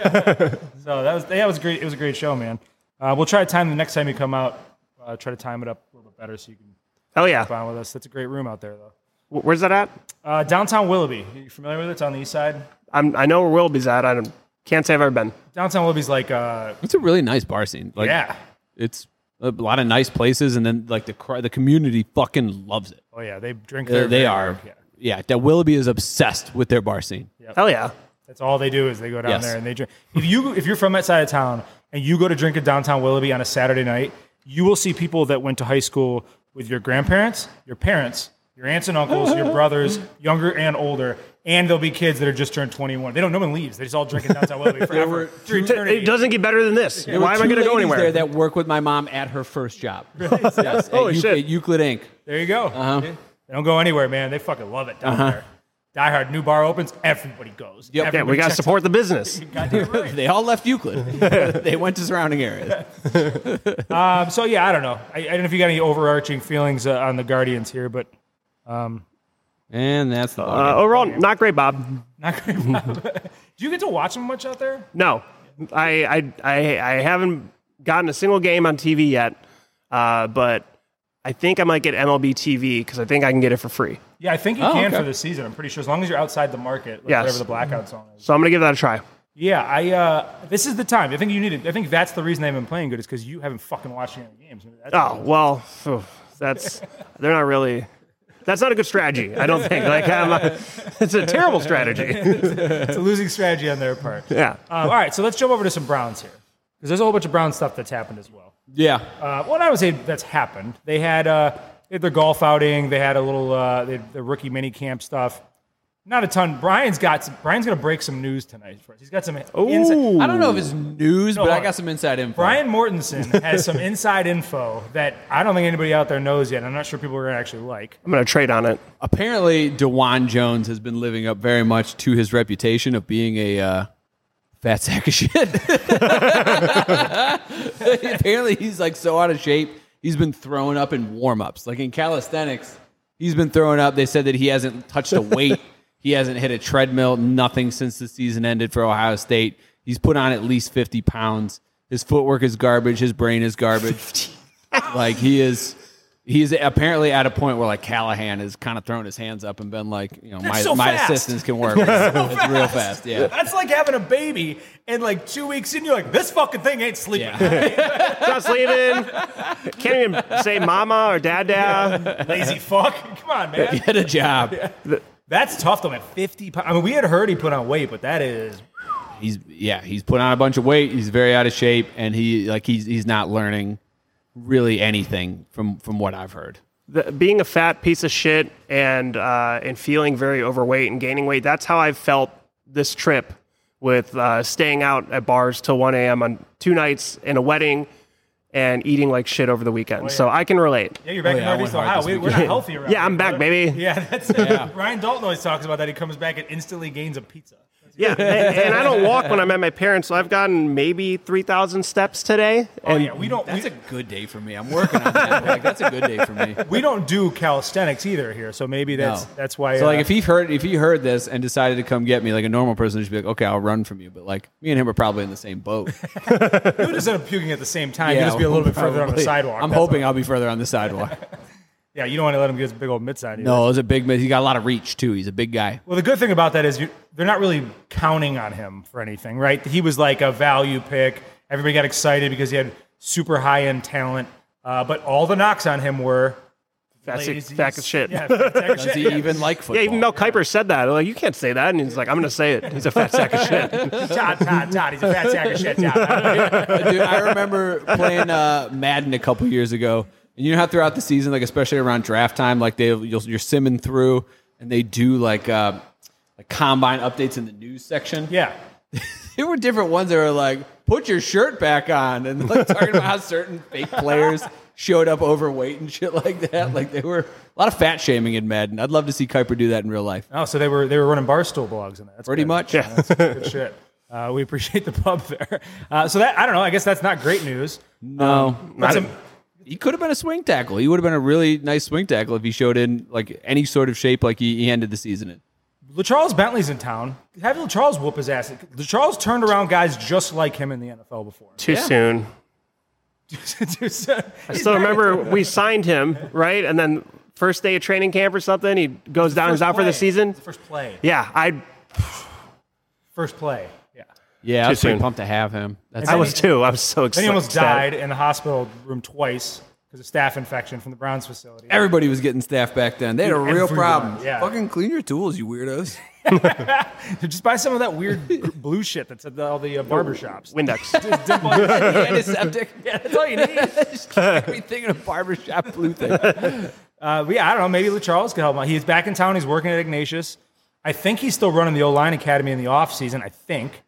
[SPEAKER 1] that was yeah, it was a great. It was a great show, man. Uh, we'll try to time the next time you come out. Uh, try to time it up a little bit better so you can
[SPEAKER 3] Hell Oh, yeah.
[SPEAKER 1] bond with us. That's a great room out there though.
[SPEAKER 3] Wh- Where's that at?
[SPEAKER 1] Uh, downtown Willoughby. Are you familiar with it? It's on the east side.
[SPEAKER 3] I'm, I know where Willoughby's at. I don't, can't say I've ever been.
[SPEAKER 1] Downtown Willoughby's like uh,
[SPEAKER 2] It's a really nice bar scene. Like,
[SPEAKER 1] yeah.
[SPEAKER 2] It's a lot of nice places, and then like the cr- the community fucking loves it.
[SPEAKER 1] Oh yeah, they drink.
[SPEAKER 2] Uh,
[SPEAKER 1] their
[SPEAKER 2] they
[SPEAKER 1] beer.
[SPEAKER 2] are.
[SPEAKER 1] Yeah.
[SPEAKER 2] Yeah. that Willoughby is obsessed with their bar scene.
[SPEAKER 3] Hell yeah.
[SPEAKER 1] That's all they do is they go down
[SPEAKER 2] Yes.
[SPEAKER 1] there and they drink. If you if you're from that side of town and you go to drink at downtown Willoughby on a Saturday night, you will see people that went to high school with your grandparents, your parents, your aunts and uncles, your brothers, younger and older, and there'll be kids that are just turned 21. They don't. No one leaves. They just all drink at downtown Willoughby forever.
[SPEAKER 2] were
[SPEAKER 1] through
[SPEAKER 3] T-
[SPEAKER 1] eternity.
[SPEAKER 3] It doesn't get better than this.
[SPEAKER 2] There were
[SPEAKER 3] Why am I
[SPEAKER 2] two
[SPEAKER 3] going to go
[SPEAKER 2] ladies
[SPEAKER 3] anywhere?
[SPEAKER 2] There that work with my mom at her first job. yes,
[SPEAKER 3] Holy
[SPEAKER 2] at, Euc-
[SPEAKER 3] shit.
[SPEAKER 2] at Euclid Inc.
[SPEAKER 3] Uh-huh.
[SPEAKER 1] there you go. They don't go anywhere, man. They fucking love it down there. Die Hard new bar opens, everybody goes.
[SPEAKER 2] Yep. Yeah,
[SPEAKER 3] Yeah, we
[SPEAKER 1] Everybody
[SPEAKER 3] got to
[SPEAKER 1] checks
[SPEAKER 3] support the business.
[SPEAKER 1] out. Goddamn right.
[SPEAKER 2] They all left Euclid. they went to surrounding areas.
[SPEAKER 1] Um, so yeah, I don't know. I, I don't know if you got any overarching feelings uh, on the Guardians here, but
[SPEAKER 2] And that's the
[SPEAKER 3] Uh, overall, not great, Bob.
[SPEAKER 1] not great. Do you get to watch them much out there?
[SPEAKER 3] No, I I I, I haven't gotten a single game on TV yet, uh, but I think I might get MLB TV because I think I can get it for free.
[SPEAKER 1] Yeah, I think you
[SPEAKER 2] Oh,
[SPEAKER 1] can
[SPEAKER 2] okay.
[SPEAKER 1] for this season. I'm pretty sure as long as you're outside the market, like
[SPEAKER 3] Yes.
[SPEAKER 1] whatever the blackout zone is.
[SPEAKER 3] So I'm gonna give that a try.
[SPEAKER 1] Yeah, I. Uh, this is the time. I think you need it. I think that's the reason they haven't been playing good is because you haven't fucking watched any of the games. That's-
[SPEAKER 3] Oh well, phew, that's they're not really. That's not a good strategy. I don't think. Like, I'm a- it's a terrible strategy.
[SPEAKER 1] It's a losing strategy on their part.
[SPEAKER 3] Yeah.
[SPEAKER 2] Uh,
[SPEAKER 1] Um, all right, so let's jump over to some Browns here because there's a whole bunch of Brown stuff that's happened as well.
[SPEAKER 2] Yeah.
[SPEAKER 1] Uh, well, I would say that's happened. They had, uh, they had their golf outing. They had a little uh, they had the rookie mini camp stuff. Not a ton. Brian's got some, Brian's going to break some news tonight for us. He's got some insight.
[SPEAKER 2] I don't know if it's news, but
[SPEAKER 1] No,
[SPEAKER 2] I got some inside info.
[SPEAKER 1] Brian Mortensen has some inside info that I don't think anybody out there knows yet. I'm not sure people are going to actually like.
[SPEAKER 3] I'm gonna trade on it.
[SPEAKER 2] Apparently, Dewan Jones has been living up very much to his reputation of being a uh, fat sack of shit. Apparently, he's like so out of shape. He's been throwing up in warm ups. Like in calisthenics, he's been throwing up. They said that he hasn't touched a weight, he hasn't hit a treadmill, nothing since the season ended for Ohio State. He's put on at least 50 pounds. His footwork is garbage. His brain is garbage. like he is. He's apparently at a point where like Callahan has kind of thrown his hands up and been like, you know, my,
[SPEAKER 1] so
[SPEAKER 2] my
[SPEAKER 1] fast.
[SPEAKER 2] assistants can work. it's real fast, yeah.
[SPEAKER 1] That's like having a baby, and like two weeks in, you're like, this fucking thing ain't sleeping.
[SPEAKER 2] Yeah.
[SPEAKER 3] Not sleeping. Can't even say mama or dada.
[SPEAKER 1] Lazy fuck. Come on, man.
[SPEAKER 2] Get a job.
[SPEAKER 1] That's tough though, man. 50 pounds. I mean, we had heard he put on weight, but that is.
[SPEAKER 2] he's yeah he's put on a bunch of weight he's very out of shape and he like he's he's not learning really anything from from what i've heard
[SPEAKER 3] The, being a fat piece of shit and uh, and feeling very overweight and gaining weight. That's how I felt this trip with uh, staying out at bars till 1 a.m. on two nights and a wedding and eating like shit over the weekend. So I can relate.
[SPEAKER 1] Oh, Yeah, you're back
[SPEAKER 2] Oh,
[SPEAKER 1] in
[SPEAKER 2] yeah, I
[SPEAKER 1] Northeast
[SPEAKER 2] went hard
[SPEAKER 1] Ohio.
[SPEAKER 2] this
[SPEAKER 1] We, we're not
[SPEAKER 2] weekend.
[SPEAKER 1] healthy around
[SPEAKER 3] Yeah, I'm
[SPEAKER 1] here,
[SPEAKER 3] back,
[SPEAKER 1] brother.
[SPEAKER 3] baby.
[SPEAKER 1] Yeah, that's Ryan Dalton always talks about that. He comes back and instantly gains a pizza.
[SPEAKER 3] Yeah, and, and I don't walk when I'm at my parents, so I've gotten maybe 3,000 steps today.
[SPEAKER 1] Oh
[SPEAKER 3] And
[SPEAKER 1] yeah, we don't. We,
[SPEAKER 2] that's a good day for me i'm working on that like that's a good day for me
[SPEAKER 1] we don't do calisthenics either here, so maybe that's
[SPEAKER 2] No.
[SPEAKER 1] that's why.
[SPEAKER 2] so
[SPEAKER 1] uh,
[SPEAKER 2] like if he heard if he heard this and decided to come get me like a normal person would just be like okay i'll run from you but like me and him are probably in the same boat
[SPEAKER 1] you just end up puking at the same time, you just be a little bit further on the
[SPEAKER 2] probably.
[SPEAKER 1] sidewalk.
[SPEAKER 2] i'm
[SPEAKER 1] that's
[SPEAKER 2] hoping
[SPEAKER 1] all.
[SPEAKER 2] i'll be further on the sidewalk
[SPEAKER 1] Yeah, you don't want to let him get his big old mitts on you.
[SPEAKER 2] no it was a big man he got a lot of reach too he's a big guy
[SPEAKER 1] Well, the good thing about that is you, they're not really counting on him for anything, right? He was like a value pick. Everybody got excited because he had super high end talent. Uh, but all the knocks on him were
[SPEAKER 3] that's a
[SPEAKER 1] lazy
[SPEAKER 3] sack of shit.
[SPEAKER 1] Yeah,
[SPEAKER 3] Yeah,
[SPEAKER 1] fat sack of
[SPEAKER 2] does
[SPEAKER 1] shit.
[SPEAKER 2] he even like football
[SPEAKER 3] even Mel Kiper said that. Like, you can't say that. And he's like, I'm going to say it. He's a fat sack of shit.
[SPEAKER 1] Todd, Todd, Todd. He's a fat sack of shit. Todd.
[SPEAKER 2] Dude, I remember playing uh, Madden a couple years ago, and you know how throughout the season, like especially around draft time, like they you'll, you're simming through, and they do like uh, like combine updates in the news section.
[SPEAKER 1] Yeah.
[SPEAKER 2] there were different ones that were like, "Put your shirt back on," and like talking about how certain fake players showed up overweight and shit like that. Like they were a lot of fat shaming in Madden. I'd love to see Kuiper do that in real life.
[SPEAKER 1] Oh, so they were they were running barstool blogs in that. That's
[SPEAKER 2] Pretty
[SPEAKER 1] good.
[SPEAKER 2] much.
[SPEAKER 1] Good shit. Uh, we appreciate the pub there. Uh, so that I don't know. I guess that's not great news. Um,
[SPEAKER 2] No.
[SPEAKER 1] But some,
[SPEAKER 2] He could have been a swing tackle. He would have been a really nice swing tackle if he showed in like any sort of shape like he, he ended the season in.
[SPEAKER 1] Charles Bentley's in town. Have Charles whoop his ass. Charles turned around guys just like him in the NFL before.
[SPEAKER 3] Too soon.
[SPEAKER 1] I
[SPEAKER 3] So remember, we signed him, right? And then first day of training camp or something, he goes down, he's out for the season.
[SPEAKER 1] First play.
[SPEAKER 3] Yeah, I
[SPEAKER 1] First play. Yeah.
[SPEAKER 2] Yeah, I was pretty
[SPEAKER 3] soon.
[SPEAKER 2] pumped to have him. That's
[SPEAKER 3] I
[SPEAKER 1] then
[SPEAKER 3] was
[SPEAKER 1] he-
[SPEAKER 3] too. I was so
[SPEAKER 1] Then
[SPEAKER 3] excited.
[SPEAKER 1] he almost died in the hospital room twice because of staph infection from the Browns facility.
[SPEAKER 2] everybody was getting staff back then. They had a real
[SPEAKER 1] Everyone,
[SPEAKER 2] problem.
[SPEAKER 1] yeah.
[SPEAKER 2] Fucking clean your tools, you weirdos.
[SPEAKER 1] Just buy some of that weird gr- blue shit that's at the, all the uh, barber shops.
[SPEAKER 3] Windex.
[SPEAKER 2] Antiseptic.
[SPEAKER 1] Yeah, that's all you need.
[SPEAKER 2] Just everything in a barbershop blue thing.
[SPEAKER 1] Uh, but yeah, I don't know. Maybe LeCharles could help him out. He's back in town. He's working at Ignatius. I think he's still running the O line academy in the off season. I think.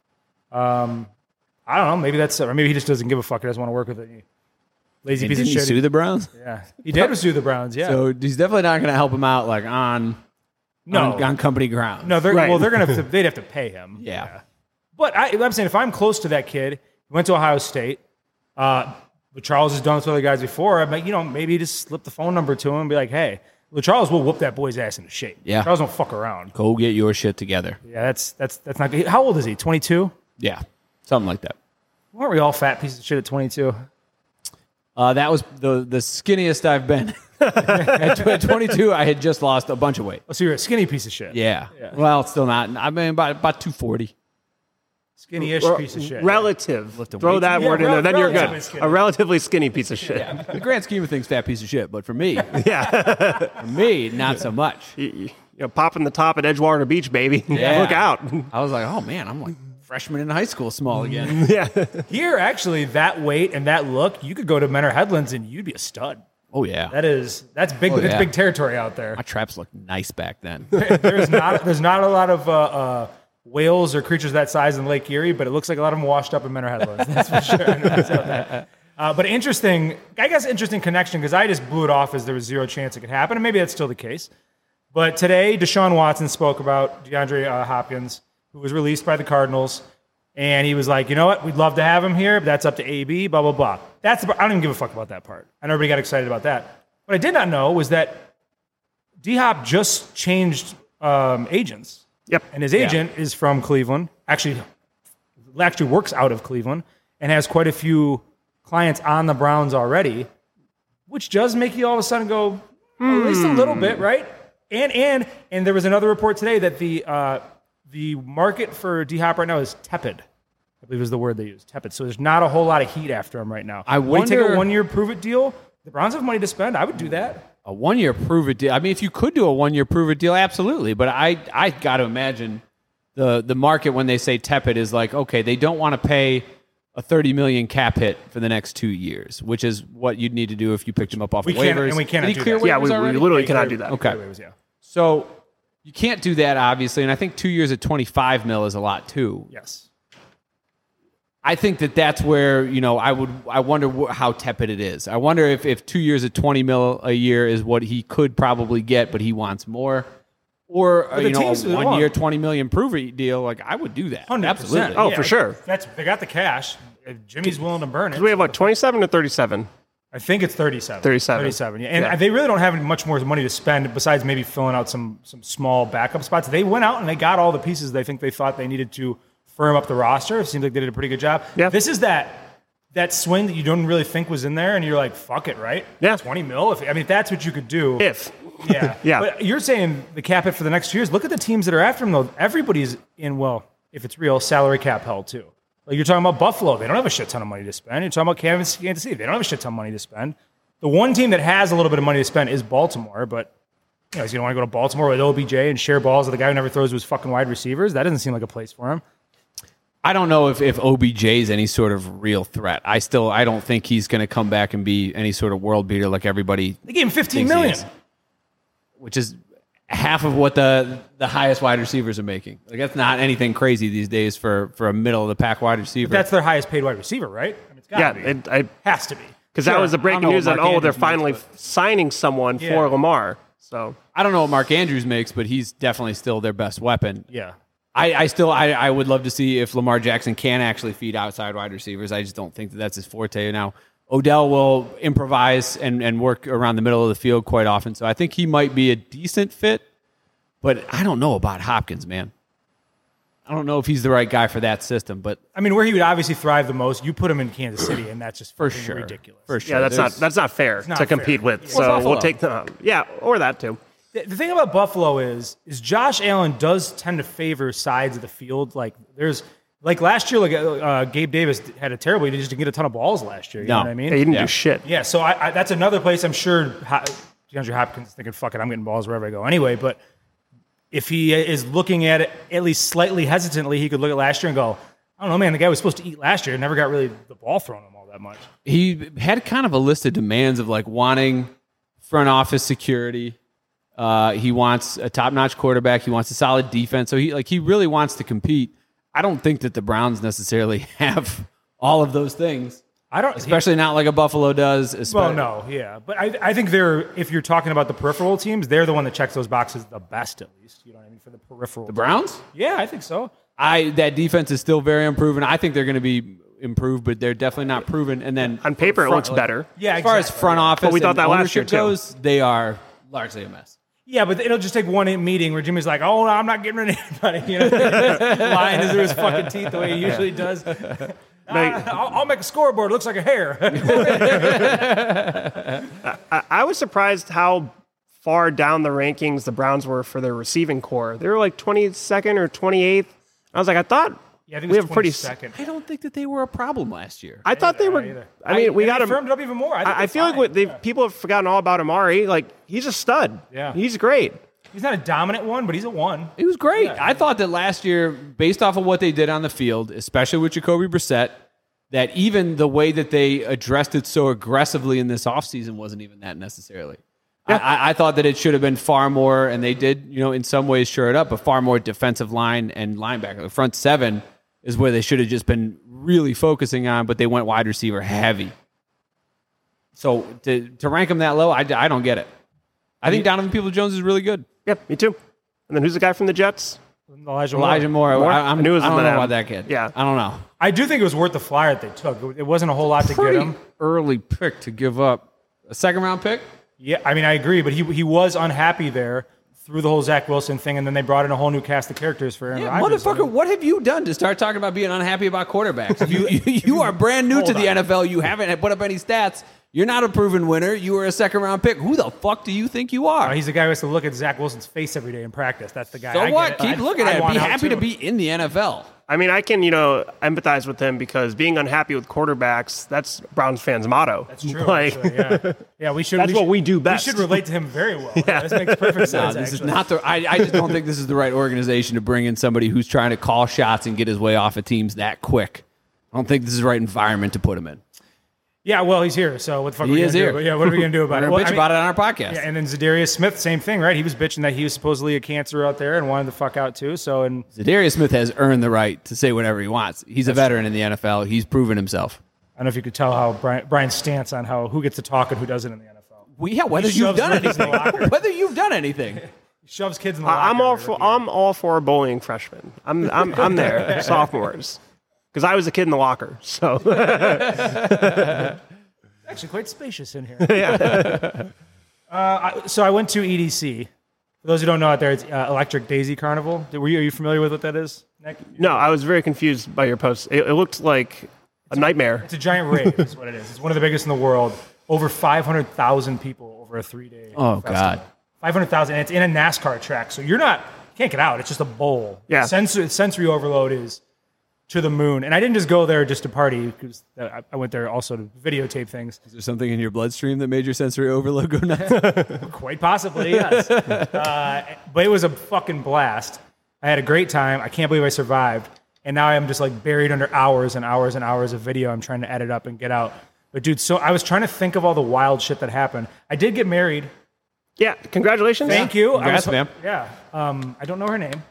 [SPEAKER 1] Um, I don't know. Maybe that's or maybe he just doesn't give a fuck. He doesn't want to work with it. Lazy
[SPEAKER 2] Did
[SPEAKER 1] piece
[SPEAKER 2] he
[SPEAKER 1] of shit.
[SPEAKER 2] sue the um, Browns?
[SPEAKER 1] yeah, he did sue the Browns. Yeah.
[SPEAKER 2] So he's definitely not going to help him out like on
[SPEAKER 1] No.
[SPEAKER 2] on, on company ground.
[SPEAKER 1] No, they're
[SPEAKER 3] Right.
[SPEAKER 1] well, they're gonna have to, they'd have to pay him.
[SPEAKER 2] Yeah.
[SPEAKER 1] But I, I'm saying if I'm close to that kid, he went to Ohio State. Uh, but Charles has done this with other guys before. I mean, you know, maybe just slip the phone number to him and be like, "Hey, Charles will whoop that boy's ass into shape.
[SPEAKER 2] Yeah.
[SPEAKER 1] Charles don't fuck around.
[SPEAKER 2] Go get your shit together.
[SPEAKER 1] Yeah, that's that's that's not good. How old is he? 22.
[SPEAKER 2] Yeah. Something like that.
[SPEAKER 1] Weren't we all fat pieces of shit at 22?
[SPEAKER 2] Uh, that was the the skinniest I've been. at, tw- at 22, I had just lost a bunch of weight.
[SPEAKER 1] Oh, so you're a skinny piece of shit.
[SPEAKER 2] Yeah. Well, still not. I mean, about, about 240.
[SPEAKER 1] skinny-ish piece of shit.
[SPEAKER 3] Relative. Throw
[SPEAKER 2] weights.
[SPEAKER 3] that
[SPEAKER 1] Yeah,
[SPEAKER 3] word in
[SPEAKER 1] rel-
[SPEAKER 3] there, then you're
[SPEAKER 1] relatively
[SPEAKER 3] good.
[SPEAKER 1] skinny.
[SPEAKER 3] A relatively skinny piece of shit.
[SPEAKER 2] In the grand scheme of things, fat piece of shit. But for me,
[SPEAKER 3] Yeah.
[SPEAKER 2] for me, not so much.
[SPEAKER 3] you know, popping the top at Edgewater Beach, baby.
[SPEAKER 2] Yeah.
[SPEAKER 3] Look out.
[SPEAKER 2] I was like, oh man, I'm like freshman in high school, small
[SPEAKER 1] Mm-hmm.
[SPEAKER 2] again.
[SPEAKER 1] Here, actually, that weight and that look, you could go to Menor Headlands and you'd be a stud.
[SPEAKER 2] oh yeah,
[SPEAKER 1] That is that's big. that's
[SPEAKER 2] Oh, yeah.
[SPEAKER 1] big territory out there.
[SPEAKER 2] my traps looked nice back then.
[SPEAKER 1] there's not there's not a lot of uh, uh, whales or creatures that size in Lake Erie, but it looks like a lot of them washed up in Menor Headlands. That's for sure. Uh, but interesting, I guess interesting connection because I just blew it off as there was zero chance it could happen, and maybe that's still the case. But today, Deshaun Watson spoke about DeAndre uh, Hopkins, who was released by the Cardinals, and he was like, you know what, we'd love to have him here, but that's up to AB, blah blah blah. That's the part, I don't even give a fuck about that part. I know everybody got excited about that. What I did not know was that D Hop just changed um, agents,
[SPEAKER 3] Yep.
[SPEAKER 1] and his agent is from Cleveland. Actually, actually works out of Cleveland and has quite a few clients on the Browns already, which does make you all of a sudden go at least a little
[SPEAKER 3] Hmm.
[SPEAKER 1] bit, right? And and and there was another report today that the uh, the market for D Hop right now is tepid. I believe is the word they use, tepid. So there's not a whole lot of heat after him right now.
[SPEAKER 2] I
[SPEAKER 1] Would he take
[SPEAKER 2] wonder-
[SPEAKER 1] a one year prove it deal. The Browns have money to spend. I would do that.
[SPEAKER 2] a one year prove it deal. I mean, if you could do a one year prove it deal, absolutely. But I I got to imagine the the market when they say tepid is like okay, they don't want to pay a 30 million cap hit for the next two years, which is what you'd need to do if you picked him up off
[SPEAKER 1] We
[SPEAKER 2] of
[SPEAKER 1] can't-
[SPEAKER 2] waivers.
[SPEAKER 1] and we cannot
[SPEAKER 2] Did he
[SPEAKER 1] do
[SPEAKER 2] clear
[SPEAKER 1] that.
[SPEAKER 3] Yeah,
[SPEAKER 2] waivers
[SPEAKER 3] we, we
[SPEAKER 2] already?
[SPEAKER 3] literally cannot do that.
[SPEAKER 2] Okay.
[SPEAKER 1] Anyways, yeah.
[SPEAKER 2] So you can't do that, obviously. And I think two years at 25 mil is a lot, too.
[SPEAKER 1] Yes.
[SPEAKER 2] I think that that's where, you know, I would, I wonder wh- how tepid it is. I wonder if, if two years at 20 mil a year is what he could probably get, but he wants more. Or, uh,
[SPEAKER 1] the
[SPEAKER 2] you know,
[SPEAKER 1] teams
[SPEAKER 2] a
[SPEAKER 1] would want-
[SPEAKER 2] one year, 20 million prove deal. Like, I would do that.
[SPEAKER 1] 100%.
[SPEAKER 2] Absolutely.
[SPEAKER 3] Oh, for sure.
[SPEAKER 1] That's they got the cash. If Jimmy's willing to burn it.
[SPEAKER 3] We have what, 27 or 37?
[SPEAKER 1] I think it's 37.
[SPEAKER 3] 37.
[SPEAKER 1] 37. Yeah. And they really don't have any much more money to spend besides maybe filling out some some small backup spots. They went out and they got all the pieces they think they thought they needed to firm up the roster. It seems like they did a pretty good job.
[SPEAKER 3] Yeah.
[SPEAKER 1] This is that that swing that you don't really think was in there and you're like, fuck it, right?
[SPEAKER 3] Yeah.
[SPEAKER 1] 20 mil. If I mean if that's what you could do.
[SPEAKER 3] If.
[SPEAKER 1] Yeah.
[SPEAKER 3] Yeah.
[SPEAKER 1] But you're saying the cap hit for the next two years. Look at the teams that are after him, though. Everybody's in, well, if it's real, salary cap held, too. Like you're talking about Buffalo. They don't have a shit ton of money to spend. You're talking about Kansas Kansas City. They don't have a shit ton of money to spend. The one team that has a little bit of money to spend is Baltimore, but you know, he's going to want to go to Baltimore with OBJ and share balls with the guy who never throws to his fucking wide receivers. That doesn't seem like a place for him.
[SPEAKER 2] I don't know if, if OBJ is any sort of real threat. I still, I don't think he's going to come back and be any sort of world beater like everybody
[SPEAKER 1] They gave him 15
[SPEAKER 2] thinks he
[SPEAKER 1] million.
[SPEAKER 2] is, which is half of what the the highest wide receivers are making. Like that's not anything crazy these days for for a middle of the pack wide receiver.
[SPEAKER 1] That's their highest paid wide receiver, right? I mean, it's got
[SPEAKER 3] Yeah.
[SPEAKER 1] to be.
[SPEAKER 3] It, I,
[SPEAKER 1] has to be.
[SPEAKER 3] Because
[SPEAKER 2] Sure.
[SPEAKER 3] that was the
[SPEAKER 2] I
[SPEAKER 3] breaking
[SPEAKER 2] don't know
[SPEAKER 3] news
[SPEAKER 2] what
[SPEAKER 3] that,
[SPEAKER 2] Mark
[SPEAKER 3] oh, they're
[SPEAKER 2] Andrews means,
[SPEAKER 3] finally signing someone
[SPEAKER 1] Yeah.
[SPEAKER 3] for Lamar. So,
[SPEAKER 2] I don't know what Mark Andrews makes, but he's definitely still their best weapon.
[SPEAKER 1] Yeah.
[SPEAKER 2] I, I still I, I would love to see if Lamar Jackson can actually feed outside wide receivers. I just don't think that that's his forte now. Odell will improvise and, and work around the middle of the field quite often, so I think he might be a decent fit. But I don't know about Hopkins, man. I don't know if he's the right guy for that system, but
[SPEAKER 1] I mean, where he would obviously thrive the most, you put him in Kansas City, and that's just
[SPEAKER 2] for
[SPEAKER 1] fucking
[SPEAKER 2] sure,
[SPEAKER 1] ridiculous.
[SPEAKER 2] For sure,
[SPEAKER 3] yeah, that's not
[SPEAKER 2] There's-
[SPEAKER 3] that's not fair
[SPEAKER 1] not
[SPEAKER 3] to compete
[SPEAKER 1] fair.
[SPEAKER 3] with.
[SPEAKER 1] Yeah.
[SPEAKER 2] Well,
[SPEAKER 3] So, we'll
[SPEAKER 2] Buffalo.
[SPEAKER 3] take them out. Yeah, or that too.
[SPEAKER 1] The- The thing about Buffalo is, is Josh Allen does tend to favor sides of the field. Like there's, like last year, like uh, Gabe Davis had a terrible. He just didn't get a ton of balls last year. You know
[SPEAKER 2] No.
[SPEAKER 1] what I mean?
[SPEAKER 3] Yeah, you didn't
[SPEAKER 2] Yeah.
[SPEAKER 3] do shit.
[SPEAKER 1] Yeah, so I, I, that's another place I'm sure Ho- DeAndre Hopkins is thinking, fuck it, I'm getting balls wherever I go anyway. But if he is looking at it at least slightly hesitantly, he could look at last year and go, I don't know, man, the guy was supposed to eat last year and never got really the ball thrown to him all that much.
[SPEAKER 2] he had kind of a list of demands of like wanting front office security. Uh, he wants a top-notch quarterback. He wants a solid defense. So he like he really wants to compete. I don't think that the Browns necessarily have all of those things.
[SPEAKER 1] I don't.
[SPEAKER 2] especially not like a Buffalo does.
[SPEAKER 1] well,
[SPEAKER 2] especially-
[SPEAKER 1] no, yeah, but I, I think they're if you're talking about the peripheral teams, they're the one that checks those boxes the best, at least. You know what I mean for the peripheral.
[SPEAKER 2] the Browns.
[SPEAKER 1] yeah, I think so.
[SPEAKER 2] I that defense is still very unproven. I think they're going to be improved, but they're definitely not proven. And then
[SPEAKER 3] On paper, it
[SPEAKER 2] front-
[SPEAKER 3] looks better.
[SPEAKER 1] Yeah,
[SPEAKER 2] as far as
[SPEAKER 1] exactly.
[SPEAKER 2] front office,
[SPEAKER 3] But we thought
[SPEAKER 2] and
[SPEAKER 3] that last year,
[SPEAKER 2] ownership
[SPEAKER 3] too.
[SPEAKER 2] goes, they are largely a mess.
[SPEAKER 1] Yeah, but it'll just take one meeting where Jimmy's like, "Oh, no, I'm not getting rid of anybody," you know, lying through his fucking teeth the way he usually does. Ah,
[SPEAKER 3] Like,
[SPEAKER 1] I'll, I'll make a scoreboard. It looks like a hair.
[SPEAKER 3] I was surprised how far down the rankings the Browns were for their receiving core. They were like 22nd or 28th. I was like, I thought
[SPEAKER 1] yeah, I think
[SPEAKER 3] we
[SPEAKER 1] it's
[SPEAKER 3] have pretty.
[SPEAKER 1] second.
[SPEAKER 2] I don't think that they were a problem last year.
[SPEAKER 3] I thought they were. I mean, we got
[SPEAKER 1] firmed
[SPEAKER 3] him.
[SPEAKER 1] up even more. I, think
[SPEAKER 3] I I
[SPEAKER 1] it's
[SPEAKER 3] feel like
[SPEAKER 1] fine.
[SPEAKER 3] what they people have forgotten all about Amari. Like he's a stud.
[SPEAKER 1] Yeah.
[SPEAKER 3] he's great.
[SPEAKER 1] he's not a dominant one, but he's a one.
[SPEAKER 2] It was great. I thought that last year, based off of what they did on the field, especially with Jacoby Brissett, that even the way that they addressed it so aggressively in this offseason wasn't even that necessarily. I I, I thought that it should have been far more, and they did, you know, in some ways shore it up, but far more defensive line and linebacker. The front seven is where they should have just been really focusing on, but they went wide receiver heavy. So to, to rank them that low, I, I don't get it. I think Donovan People Jones is really good.
[SPEAKER 3] Yeah, me too. And then who's the guy from the Jets?
[SPEAKER 1] Elijah, Moore.
[SPEAKER 2] Elijah Moore.
[SPEAKER 3] Moore?
[SPEAKER 2] I, I'm,
[SPEAKER 3] I knew it was
[SPEAKER 2] I don't
[SPEAKER 3] the
[SPEAKER 2] know
[SPEAKER 3] man.
[SPEAKER 2] about that kid.
[SPEAKER 3] Yeah.
[SPEAKER 2] I don't know.
[SPEAKER 1] I do think it was worth the flyer that they took. It- It wasn't a whole lot to get him.
[SPEAKER 2] early pick to give up a second round pick.
[SPEAKER 1] Yeah, I mean, I agree, but he he was unhappy there through the whole Zach Wilson thing, and then they brought in a whole new cast of characters for Aaron
[SPEAKER 2] Yeah,
[SPEAKER 1] Rodgers. I
[SPEAKER 2] motherfucker,
[SPEAKER 1] mean,
[SPEAKER 2] what have you done to start talking about being unhappy about quarterbacks? you, you, you are brand new to
[SPEAKER 1] Hold
[SPEAKER 2] the
[SPEAKER 1] on.
[SPEAKER 2] NFL. You haven't put up any stats. You're not a proven winner. You were a second round pick. Who the fuck do you think you are?
[SPEAKER 1] he's the guy who has to look at Zach Wilson's face every day in practice. That's the guy.
[SPEAKER 2] so
[SPEAKER 1] I get
[SPEAKER 2] what?
[SPEAKER 1] it.
[SPEAKER 2] Keep
[SPEAKER 1] I-
[SPEAKER 2] looking
[SPEAKER 1] I
[SPEAKER 2] at it.
[SPEAKER 1] want
[SPEAKER 2] Be
[SPEAKER 1] out,
[SPEAKER 2] happy to
[SPEAKER 1] too.
[SPEAKER 2] be in the NFL.
[SPEAKER 3] I mean, I can you know empathize with him because being unhappy with quarterbacks that's Browns fans' motto. That's
[SPEAKER 1] True,
[SPEAKER 3] Like,
[SPEAKER 1] actually, yeah. yeah, we should.
[SPEAKER 3] That's what
[SPEAKER 1] should-
[SPEAKER 3] we do best.
[SPEAKER 1] We should relate to him very well. Yeah, this makes perfect
[SPEAKER 2] No,
[SPEAKER 1] sense.
[SPEAKER 2] Uh, this is
[SPEAKER 1] actually.
[SPEAKER 2] not the. I, I just don't think this is the right organization to bring in somebody who's trying to call shots and get his way off of teams that quick. I don't think this is the right environment to put him in.
[SPEAKER 1] Yeah, well, he's here. So what the fuck?
[SPEAKER 2] He
[SPEAKER 1] are we
[SPEAKER 2] is
[SPEAKER 1] gonna
[SPEAKER 2] here.
[SPEAKER 1] Do? Yeah, what are we gonna do about
[SPEAKER 2] We're
[SPEAKER 1] it?
[SPEAKER 2] gonna
[SPEAKER 1] Well,
[SPEAKER 2] bitch
[SPEAKER 1] I mean-
[SPEAKER 2] about it on our podcast.
[SPEAKER 1] Yeah, and then Zadarius Smith, same thing, right? He was bitching that he was supposedly a cancer out there and wanted to fuck out too. So and
[SPEAKER 2] Darius Smith has earned the right to say whatever he wants. He's a veteran in the NFL. He's proven himself.
[SPEAKER 1] I don't know if you could tell how Brian, Brian's stance on how who gets to talk and who doesn't in the NFL.
[SPEAKER 2] Well, yeah, whether
[SPEAKER 1] He
[SPEAKER 2] you've
[SPEAKER 1] shoves
[SPEAKER 2] done
[SPEAKER 1] rookies in the
[SPEAKER 2] anything,
[SPEAKER 1] locker.
[SPEAKER 2] whether you've done anything,
[SPEAKER 1] He shoves kids in the
[SPEAKER 3] I- I'm
[SPEAKER 1] locker
[SPEAKER 3] all
[SPEAKER 1] every
[SPEAKER 3] for
[SPEAKER 1] year.
[SPEAKER 3] I'm all for bullying freshmen. I'm I'm I'm there sophomores because I was a kid in the locker. So
[SPEAKER 1] actually quite spacious in here. uh, I, so I went to EDC. For those who don't know out there, it's uh, Electric Daisy Carnival. Did, were you, are you familiar with what that is? Nick?
[SPEAKER 3] no, I was very confused by your post. It, it looked like a nightmare.
[SPEAKER 1] It's a giant rave, is what it is. It's one of the biggest in the world. Over 500,000 people over a three day.
[SPEAKER 2] oh god,
[SPEAKER 1] Five hundred thousand, and it's in a NASCAR track, so you're not you can't get out. It's just a bowl.
[SPEAKER 3] Yeah.
[SPEAKER 1] sensory, sensory overload is to the moon. And I didn't just go there just to party because I I went there also to videotape things.
[SPEAKER 2] is there something in your bloodstream that made your sensory overload go nuts?
[SPEAKER 1] Quite possibly, yes. uh, but it was a fucking blast. I had a great time. I can't believe I survived. And now I'm just like buried under hours and hours and hours of video. I'm trying to edit up and get out. But dude, so I was trying to think of all the wild shit that happened. I did get married.
[SPEAKER 3] Yeah, congratulations.
[SPEAKER 1] Thank you. I
[SPEAKER 2] Congrats,
[SPEAKER 1] was-
[SPEAKER 2] ma'am.
[SPEAKER 1] Yeah. Um, I don't know her name.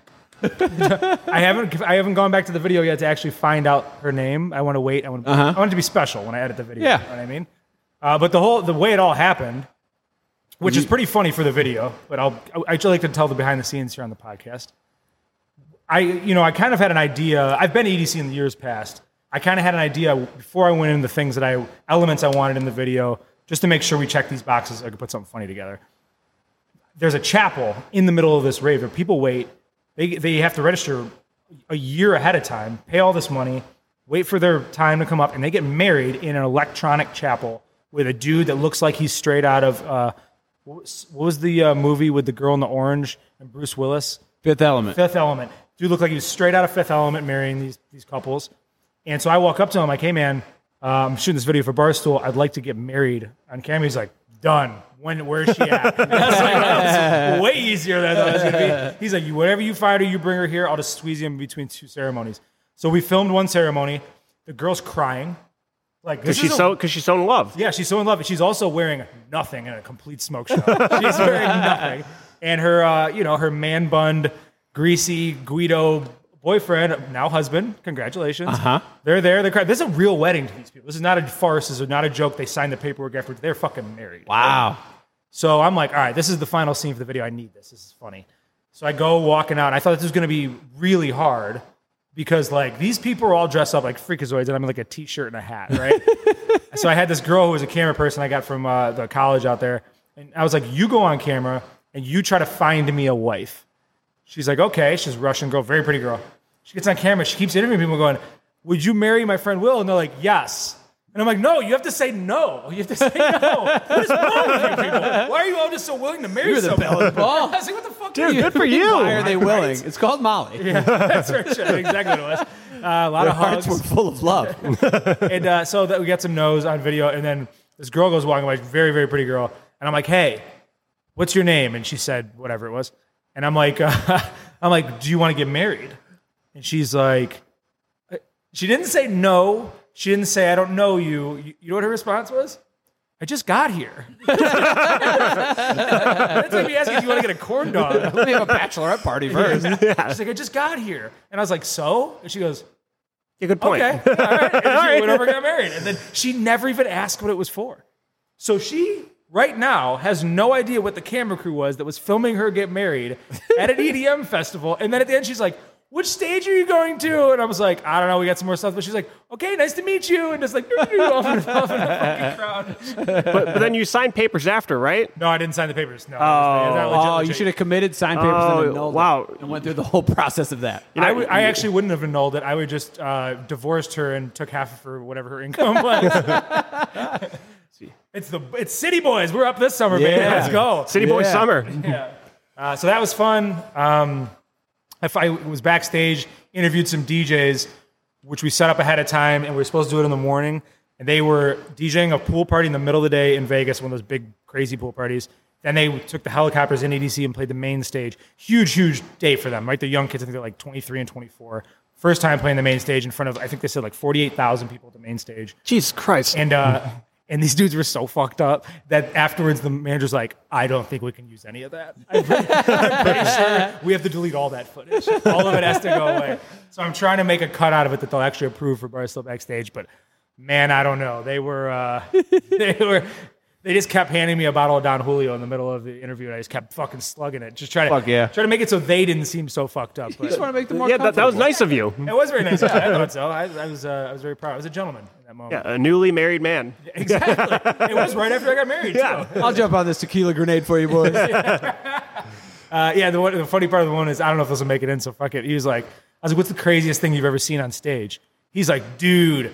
[SPEAKER 1] I haven't. I haven't gone back to the video yet to actually find out her name. I want to wait. I want. I want it to be special when I edit the video.
[SPEAKER 2] Yeah.
[SPEAKER 1] You know what I mean. Uh, but the whole the way it all happened, which is pretty funny for the video, but I'll I I'd like to tell the behind the scenes here on the podcast. I you know I kind of had an idea. I've been to EDC in the years past. I kind of had an idea before I went in the things that I elements I wanted in the video, just to make sure we check these boxes. I could put something funny together. There's a chapel in the middle of this rave. Where people wait. They they have to register a year ahead of time, pay all this money, wait for their time to come up, and they get married in an electronic chapel with a dude that looks like he's straight out of uh, what was- what was the uh, movie with the girl in the orange and Bruce Willis?
[SPEAKER 2] Fifth Element.
[SPEAKER 1] Fifth Element. Dude looked like he was straight out of Fifth Element marrying these these couples. And so I walk up to him, like, hey man, uh, I'm shooting this video for Barstool. I'd like to get married on camera. He's like, done. When where's she at? And I was like, that was way easier than I thought it was gonna be. He's like, "You- whatever you find or you bring her here, I'll just squeeze you in between two ceremonies. So we filmed one ceremony. The girl's crying. Like this
[SPEAKER 3] She's
[SPEAKER 1] is a-
[SPEAKER 3] so because she's so in love.
[SPEAKER 1] yeah, she's so in love. She's also wearing nothing in a complete smoke show. she's wearing nothing, and her, uh, you know, her man bund, greasy Guido boyfriend, now husband. Congratulations.
[SPEAKER 2] Uh-huh.
[SPEAKER 1] They're there. They're crying. This is a real wedding to these people. This is not a farce. This is not a joke. They signed the paperwork afterwards. They're fucking married.
[SPEAKER 2] Wow.
[SPEAKER 1] So I'm like, all right, this is the final scene for the video. I need this. This is funny. So I go walking out. I thought this was going to be really hard because like these people are all dressed up like freakazoids, and I'm in like a t-shirt and a hat, right? so I had this girl who was a camera person I got from uh, the college out there, and I was like, you go on camera and you try to find me a wife. She's like, okay. She's a Russian girl, very pretty girl. She gets on camera. She keeps interviewing people, going, "Would you marry my friend Will?" And they're like, "Yes." And I'm like, "No, you have to say no. You have to say no. what is wrong with you people? Why are you all just so willing to marry
[SPEAKER 2] You're the
[SPEAKER 1] someone?"
[SPEAKER 2] bell ball.
[SPEAKER 1] I was like, "What the fuck,
[SPEAKER 3] Dude, good for you.
[SPEAKER 2] Why are they willing? It's called Molly.
[SPEAKER 1] That's right. That's exactly what it was. Uh, a lot of
[SPEAKER 2] Hearts
[SPEAKER 1] hugs.
[SPEAKER 2] were full of love.
[SPEAKER 1] and uh, so that we got some no's on video, and then this girl goes walking by, very very pretty girl, and I'm like, hey, what's your name? And she said whatever it was, and I'm like, uh, I'm like, do you want to get married? And she's like, uh, she didn't say no, she didn't say I don't know you. You, you know what her response was? I just got here. That's like me asking if you want to get a corn dog.
[SPEAKER 2] Let me have a bachelorette party first.
[SPEAKER 1] She's like, I just got here, and I was like, so? And she goes,
[SPEAKER 3] Yeah, good point.
[SPEAKER 1] Okay. All right. And she went over and got married. And then she never even asked what it was for. So she right now has no idea what the camera crew was that was filming her get married at an EDM festival. And then at the end she's like, which stage are you going to? And I was like, I don't know, we got some more stuff. But she's like, okay, nice to meet you. And just like, off in the fucking crowd.
[SPEAKER 3] But, but then you sign papers after, right?
[SPEAKER 1] No, I didn't sign the papers. No. Oh,
[SPEAKER 2] Oh, you should have committed signed papers
[SPEAKER 3] Oh,
[SPEAKER 2] and annulled it
[SPEAKER 3] wow.
[SPEAKER 2] and went through the whole process of that.
[SPEAKER 1] I, would- I actually wouldn't have annulled it. I would just uh, divorced her and took half of her whatever her income was. it's the it's City Boys. We're up this summer, baby.
[SPEAKER 2] Yeah.
[SPEAKER 1] Let's go.
[SPEAKER 3] City Boy
[SPEAKER 2] Yeah.
[SPEAKER 3] Summer.
[SPEAKER 1] Uh, so that was fun. Um, if I was backstage, interviewed some DJs, which we set up ahead of time, and we were supposed to do it in the morning. And they were DJing a pool party in the middle of the day in Vegas, one of those big crazy pool parties. Then they took the helicopters in ADC and played the main stage. Huge, huge day for them, right? They're young kids. I think they're like 23 and 24. First time playing the main stage in front of, I think they said like 48,000 people at the main stage
[SPEAKER 3] Jesus Christ.
[SPEAKER 1] and uh and these dudes were so fucked up that afterwards the manager's like i don't think we can use any of that i'm pretty, I'm pretty sure we have to delete all that footage all of it has to go away so i'm trying to make a cut out of it that they'll actually approve for barstool backstage but man i don't know they were uh they were they just kept handing me a bottle of Don Julio in the middle of the interview, and I just kept fucking slugging it, just trying to
[SPEAKER 2] Fuck yeah.
[SPEAKER 1] try to make it so they didn't seem so fucked up. But
[SPEAKER 2] just want to make them more
[SPEAKER 3] yeah, that, that was nice of you.
[SPEAKER 1] it was very nice. Yeah, I thought so. I, I was uh, I was very proud. I was a gentleman in that moment.
[SPEAKER 3] Yeah, a newly married man.
[SPEAKER 1] Exactly. it was right after I got married. Yeah.
[SPEAKER 3] Yeah.
[SPEAKER 2] I'll jump on this tequila grenade for you, boys.
[SPEAKER 1] Uh, yeah. The, one- the funny part of the one is I don't know if this will make it in, so fuck it. He was like, I was like, what's the craziest thing you've ever seen on stage? He's like, dude,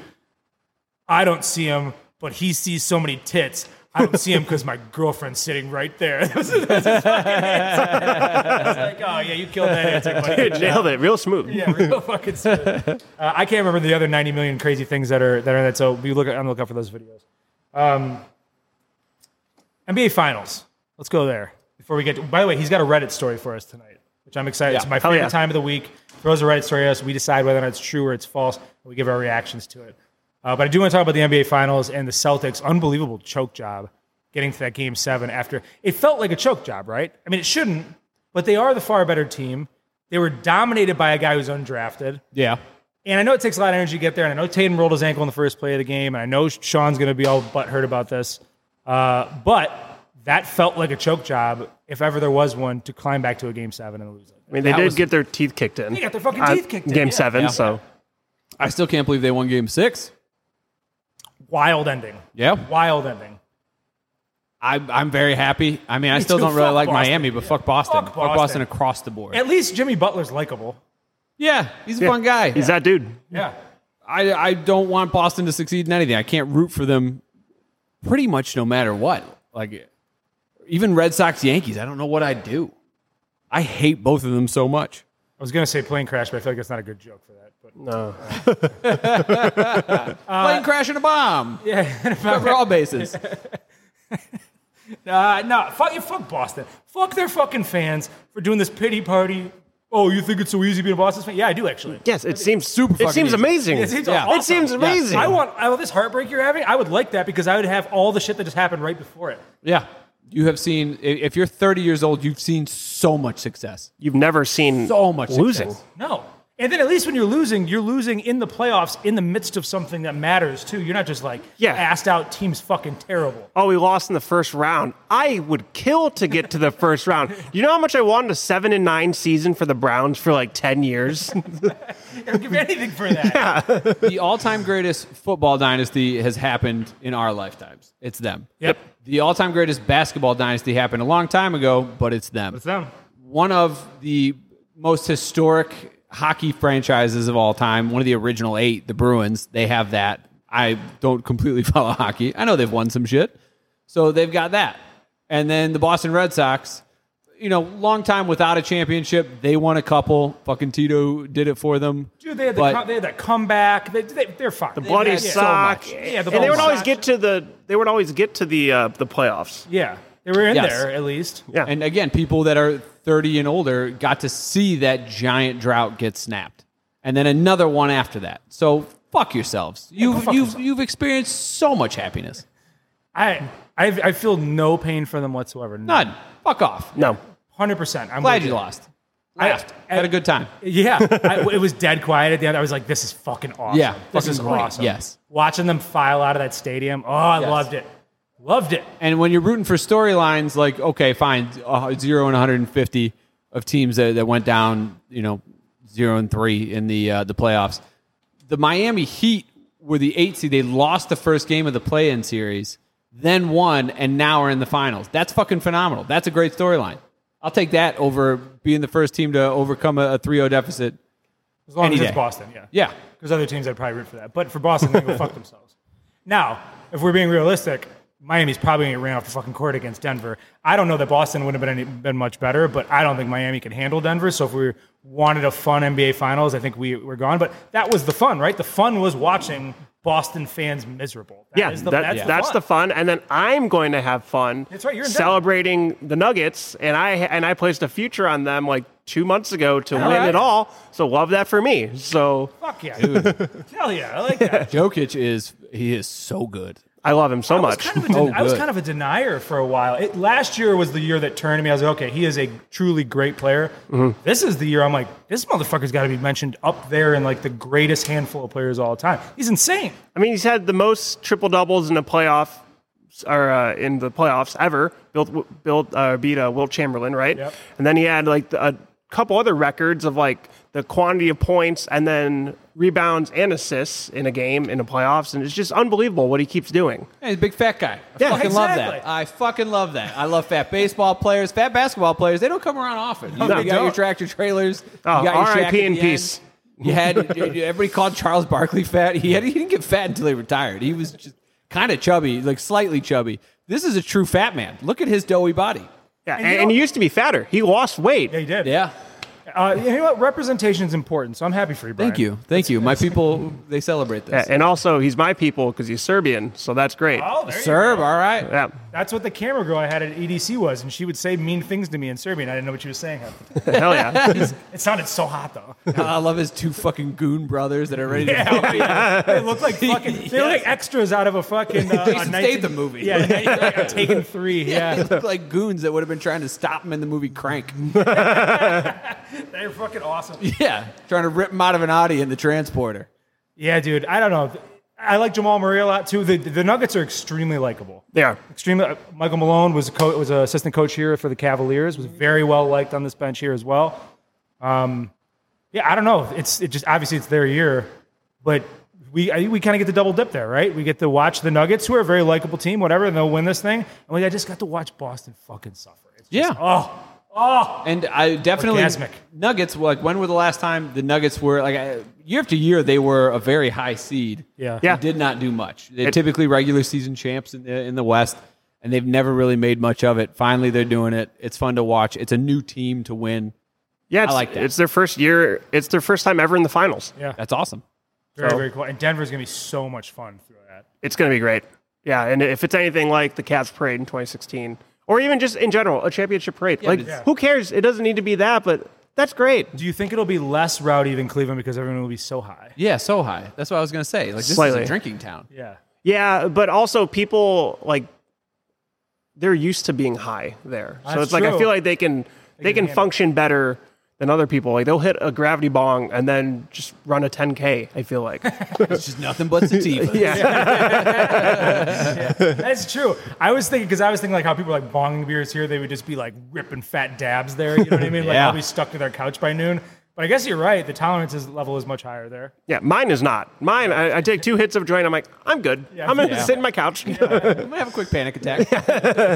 [SPEAKER 1] I don't see him, but he sees so many tits. I don't see him because my girlfriend's sitting right there. That's his fucking answer. It's like, oh yeah, you killed that answer, buddy.
[SPEAKER 3] Nailed it. Real smooth.
[SPEAKER 1] Yeah, real fucking smooth. Uh, I can't remember the other 90 million crazy things that are that are in that. So we look. I'm look out for those videos. Um, NBA Finals. Let's go there before we get. To, by the way, he's got a Reddit story for us tonight, which I'm excited.
[SPEAKER 2] Yeah.
[SPEAKER 1] It's my
[SPEAKER 3] Hell
[SPEAKER 1] favorite
[SPEAKER 3] yeah.
[SPEAKER 1] time of the week. Throws a Reddit story at us. We decide whether or not it's true or it's false. And we give our reactions to it. Uh, but I do want to talk about the NBA Finals and the Celtics' unbelievable choke job getting to that Game Seven after it felt like a choke job, right? I mean, it shouldn't, but they are the far better team. They were dominated by a guy who's undrafted.
[SPEAKER 2] yeah.
[SPEAKER 1] And I know it takes a lot of energy to get there. And I know Tatum rolled his ankle in the first play of the game. And I know Sean's going to be all butthurt about this. Uh, but that felt like a choke job, if ever there was one, to climb back to a game seven and lose
[SPEAKER 3] I
[SPEAKER 1] it.
[SPEAKER 3] mean, they
[SPEAKER 2] That
[SPEAKER 3] did
[SPEAKER 2] was-
[SPEAKER 3] get their teeth kicked in. They
[SPEAKER 1] got their fucking teeth kicked in,
[SPEAKER 3] Game
[SPEAKER 1] yeah.
[SPEAKER 3] seven,
[SPEAKER 2] Yeah.
[SPEAKER 3] so.
[SPEAKER 2] I still can't believe they won game six.
[SPEAKER 1] Wild ending.
[SPEAKER 2] Yeah.
[SPEAKER 1] Wild ending.
[SPEAKER 2] I, I'm very happy. I mean, I still
[SPEAKER 1] too.
[SPEAKER 2] don't really
[SPEAKER 1] Fuck
[SPEAKER 2] like
[SPEAKER 1] Boston.
[SPEAKER 2] Miami, but fuck Boston.
[SPEAKER 1] Fuck
[SPEAKER 2] Fuck Boston.
[SPEAKER 1] Boston.
[SPEAKER 2] across the board.
[SPEAKER 1] At least Jimmy Butler's likable.
[SPEAKER 2] yeah, he's a fun guy.
[SPEAKER 3] He's that dude.
[SPEAKER 1] Yeah.
[SPEAKER 2] I, I don't want Boston to succeed in anything. I can't root for them pretty much no matter what. Like even Red Sox Yankees, I don't know what I do. I hate both of them so much.
[SPEAKER 1] I was going to say plane crash, but I feel like that's not a good joke for that. But
[SPEAKER 3] No.
[SPEAKER 2] Plane crash and a bomb. Uh, Yeah. Cover all bases.
[SPEAKER 1] Uh, no, fuck, fuck Boston. Fuck their fucking fans for doing this pity party. Oh, you think it's so easy being a Boston fan? Yeah, I do actually.
[SPEAKER 3] Yes, it seems
[SPEAKER 2] Super
[SPEAKER 3] It
[SPEAKER 2] fucking
[SPEAKER 3] seems
[SPEAKER 2] easy.
[SPEAKER 3] amazing.
[SPEAKER 1] It seems
[SPEAKER 2] Yeah.
[SPEAKER 1] awesome.
[SPEAKER 3] It seems amazing.
[SPEAKER 1] I want I want this heartbreak you're having. I would like that because I would have all the shit that just happened right before it.
[SPEAKER 2] Yeah. You have seen i- if you're 30 years old, you've seen so much success.
[SPEAKER 3] You've never seen
[SPEAKER 2] So much
[SPEAKER 3] losing.
[SPEAKER 2] success.
[SPEAKER 1] No, And then at least when you're losing, you're losing in the playoffs in the midst of something that matters too. You're not just like
[SPEAKER 3] Yeah.
[SPEAKER 1] assed out teams fucking terrible.
[SPEAKER 3] Oh, we lost in the first round. I would kill to get to the first round. You know how much I wanted a seven and nine season for the Browns for like ten years?
[SPEAKER 1] I'll give you anything for that.
[SPEAKER 2] the all-time greatest football dynasty has happened in our lifetimes. It's them.
[SPEAKER 1] Yep.
[SPEAKER 2] The all-time greatest basketball dynasty happened a long time ago, but it's them.
[SPEAKER 1] It's them.
[SPEAKER 2] One of the most historic hockey franchises of all time, one of the original 8, the Bruins, they have that. I don't completely follow hockey. I know they've won some shit. So they've got that. And then the Boston Red Sox, you know, long time without a championship. They won a couple. Fucking Tito did it for them.
[SPEAKER 1] Dude, they had, the
[SPEAKER 2] But-
[SPEAKER 1] com- they had that comeback. They, they, they're fine. The
[SPEAKER 3] Bloody
[SPEAKER 2] had so
[SPEAKER 3] sock.
[SPEAKER 2] much.
[SPEAKER 1] Yeah, the
[SPEAKER 3] and they would
[SPEAKER 1] Bulls
[SPEAKER 3] always
[SPEAKER 1] suck.
[SPEAKER 3] get to the they would always get to the uh, the playoffs.
[SPEAKER 1] Yeah. They were in
[SPEAKER 2] Yes.
[SPEAKER 1] there at least.
[SPEAKER 3] Yeah.
[SPEAKER 2] And again, people that are 30 and older got to see that giant drought get snapped. And then another one after that. So fuck yourselves.
[SPEAKER 1] go
[SPEAKER 2] You've,
[SPEAKER 1] fuck
[SPEAKER 2] you've,
[SPEAKER 1] yourself.
[SPEAKER 2] you've experienced so much happiness.
[SPEAKER 1] I, I I feel no pain for them whatsoever.
[SPEAKER 2] None. Fuck off.
[SPEAKER 3] no.
[SPEAKER 1] Hundred percent. I'm
[SPEAKER 2] Glad
[SPEAKER 1] with
[SPEAKER 2] you
[SPEAKER 1] you.
[SPEAKER 2] lost. Laughed. Had a good time.
[SPEAKER 1] Yeah, I, it was dead quiet at the end. I was like, "This is fucking awesome.
[SPEAKER 2] Yeah,
[SPEAKER 1] this
[SPEAKER 2] fucking
[SPEAKER 1] is
[SPEAKER 2] great.
[SPEAKER 1] awesome."
[SPEAKER 2] Yes.
[SPEAKER 1] watching them file out of that stadium. Oh, I
[SPEAKER 2] Yes.
[SPEAKER 1] loved it. Loved it.
[SPEAKER 2] And when you're rooting for storylines, like, okay, fine, uh, 0 and 150 of teams that, that went down, you know, 0 and 3 in the, uh, the playoffs. The Miami Heat were the 8 seed. They lost the first game of the play in series, then won, and now are in the finals. That's fucking phenomenal. That's a great storyline. I'll take that over being the first team to overcome a 3 0 deficit.
[SPEAKER 1] As long
[SPEAKER 2] Any
[SPEAKER 1] as it's
[SPEAKER 2] day.
[SPEAKER 1] Boston. Yeah.
[SPEAKER 2] Yeah.
[SPEAKER 1] Because other teams, I'd probably root for that. But for Boston, they go fuck themselves. Now, if we're being realistic, Miami's probably going to get ran off the fucking court against Denver. I don't know that Boston would have been any, been much better, but I don't think Miami can handle Denver. So if we wanted a fun NBA Finals, I think we were gone. But that was the fun, right? The fun was watching Boston fans miserable. That
[SPEAKER 3] Yeah,
[SPEAKER 1] is
[SPEAKER 3] that- that's, the fun. And then I'm going to have fun.
[SPEAKER 1] That's right, you're in Denver.
[SPEAKER 3] celebrating the Nuggets, and I and I placed a future on them like two months ago to win
[SPEAKER 1] right.
[SPEAKER 3] it all. So love that for me. So
[SPEAKER 1] Fuck yeah, dude. Hell yeah, I like that.
[SPEAKER 2] Jokic is, he is so good.
[SPEAKER 3] I love him so
[SPEAKER 1] I was
[SPEAKER 3] much.
[SPEAKER 1] kind of a den-
[SPEAKER 2] Oh,
[SPEAKER 1] I was
[SPEAKER 2] good.
[SPEAKER 1] kind of a denier for a while. It, last year was the year that turned me. I was like, okay, he is a truly great player.
[SPEAKER 2] Mm-hmm.
[SPEAKER 1] This is the year I'm like, this motherfucker's got to be mentioned up there in like the greatest handful of players of all time. He's insane.
[SPEAKER 3] I mean, he's had the most triple doubles in a playoff or uh, in the playoffs ever. Built, built, uh, beat uh, Will Chamberlain, right?
[SPEAKER 1] Yep.
[SPEAKER 3] And then he had like the- a couple other records of like the quantity of points and then rebounds and assists in a game in the playoffs, and it's just unbelievable what he keeps doing.
[SPEAKER 2] Hey, he's a big fat guy. I
[SPEAKER 3] Yeah,
[SPEAKER 2] fucking love
[SPEAKER 1] exactly.
[SPEAKER 2] that. I fucking love that. I love fat baseball players, fat basketball players. They don't come around often. You,
[SPEAKER 3] they
[SPEAKER 2] you got your
[SPEAKER 3] don't.
[SPEAKER 2] tractor trailers.
[SPEAKER 3] Oh,
[SPEAKER 2] you got your Shaq
[SPEAKER 3] R.I.P.
[SPEAKER 2] at
[SPEAKER 3] in
[SPEAKER 2] the
[SPEAKER 3] peace.
[SPEAKER 2] end. You had everybody called Charles Barkley fat. He had he didn't get fat until he retired. He was just kind of chubby, like slightly chubby. This is a true fat man. Look at his doughy body.
[SPEAKER 3] Yeah,
[SPEAKER 1] And
[SPEAKER 3] and,
[SPEAKER 1] you
[SPEAKER 3] and
[SPEAKER 1] know-
[SPEAKER 3] he used to be fatter. He lost weight.
[SPEAKER 1] Yeah, he did.
[SPEAKER 2] Yeah.
[SPEAKER 1] Uh, you know what? Representation is important, so I'm happy for you, Brian.
[SPEAKER 2] Thank you. Thank you. My people they celebrate
[SPEAKER 3] Yeah,
[SPEAKER 2] this.
[SPEAKER 3] and also he's my people because he's Serbian, so that's great.
[SPEAKER 1] Oh, there you
[SPEAKER 2] Serb,
[SPEAKER 1] go.
[SPEAKER 2] all right.
[SPEAKER 3] Yeah.
[SPEAKER 1] That's what the camera girl I had at EDC was, and she would say mean things to me in Serbian. I didn't know what she was saying. half the time.
[SPEAKER 3] Hell yeah.
[SPEAKER 1] It sounded so hot though.
[SPEAKER 2] I love his two fucking goon brothers that are ready to
[SPEAKER 1] They look like fucking. They look like extras out of a fucking. Uh, a
[SPEAKER 2] Jason
[SPEAKER 1] 19
[SPEAKER 2] Statham movie.
[SPEAKER 1] Yeah, like a Taken Three.
[SPEAKER 2] Yeah,
[SPEAKER 1] Yeah,
[SPEAKER 2] they look like goons that would have been trying to stop him in the movie Crank.
[SPEAKER 1] they're fucking awesome.
[SPEAKER 2] Yeah, trying to rip him out of an Audi in the transporter.
[SPEAKER 1] Yeah, dude. I don't know. I like Jamal Murray a lot too. The the Nuggets are extremely likable.
[SPEAKER 3] They are.
[SPEAKER 1] Extremely. uh, Michael Malone was a co- was an assistant coach here for the Cavaliers. Was very well liked on this bench here as well. Um, yeah, I don't know. It's it just obviously it's their year, but we I, think we kind of get the double dip there, right? We get to watch the Nuggets, who are a very likable team, whatever, and they'll win this thing. And we I just got to watch Boston fucking suffer. It's just,
[SPEAKER 2] Yeah.
[SPEAKER 1] Oh. Oh.
[SPEAKER 2] And I definitely
[SPEAKER 1] Orgasmic.
[SPEAKER 2] Nuggets. Like, when were the last time the Nuggets were like I- year after year they were a very high seed.
[SPEAKER 1] Yeah.
[SPEAKER 3] Yeah.
[SPEAKER 2] They did not do much. They're typically regular season champs in the, in the West, and they've never really made much of it. Finally, they're doing it. It's fun to watch. It's a new team to win.
[SPEAKER 3] Yeah, it's,
[SPEAKER 2] like that.
[SPEAKER 3] it's their first year. It's their first time ever in the finals.
[SPEAKER 1] Yeah.
[SPEAKER 2] That's awesome.
[SPEAKER 1] Very very cool. And Denver's gonna be so much fun through that.
[SPEAKER 3] It's going to be great. Yeah, and if it's anything like the Cavs parade in 2016, or even just in general, a championship parade, like
[SPEAKER 2] it's-
[SPEAKER 3] who cares? It doesn't need to be that, but that's great.
[SPEAKER 1] Do you think it'll be less rowdy than Cleveland because everyone will be so high?
[SPEAKER 2] Yeah, so high. That's what I was gonna say. Like, this is
[SPEAKER 3] Slightly.
[SPEAKER 2] a drinking town.
[SPEAKER 1] Yeah.
[SPEAKER 3] Yeah, but also people like they're used to being high there, so
[SPEAKER 1] That's
[SPEAKER 3] it's like I
[SPEAKER 1] true.
[SPEAKER 3] feel like they can they,
[SPEAKER 1] can
[SPEAKER 3] can,
[SPEAKER 1] handle it.
[SPEAKER 3] function better than other people. Like they'll hit a gravity bong and then just run a 10k. I feel like
[SPEAKER 2] It's just nothing but sativa.
[SPEAKER 1] That's true. I was thinking because I was thinking like how people like bonging beers here, they would just be like ripping fat dabs there. You know what I mean? Like
[SPEAKER 2] Yeah.
[SPEAKER 1] I'll be stuck to their couch by noon. But I guess you're right. The tolerance is, level is much higher there.
[SPEAKER 3] yeah. Mine is not mine. I, I take two hits of joint. I'm like I'm good. I'm gonna
[SPEAKER 1] Yeah.
[SPEAKER 3] sit in my couch.
[SPEAKER 2] I'm gonna have a quick panic attack.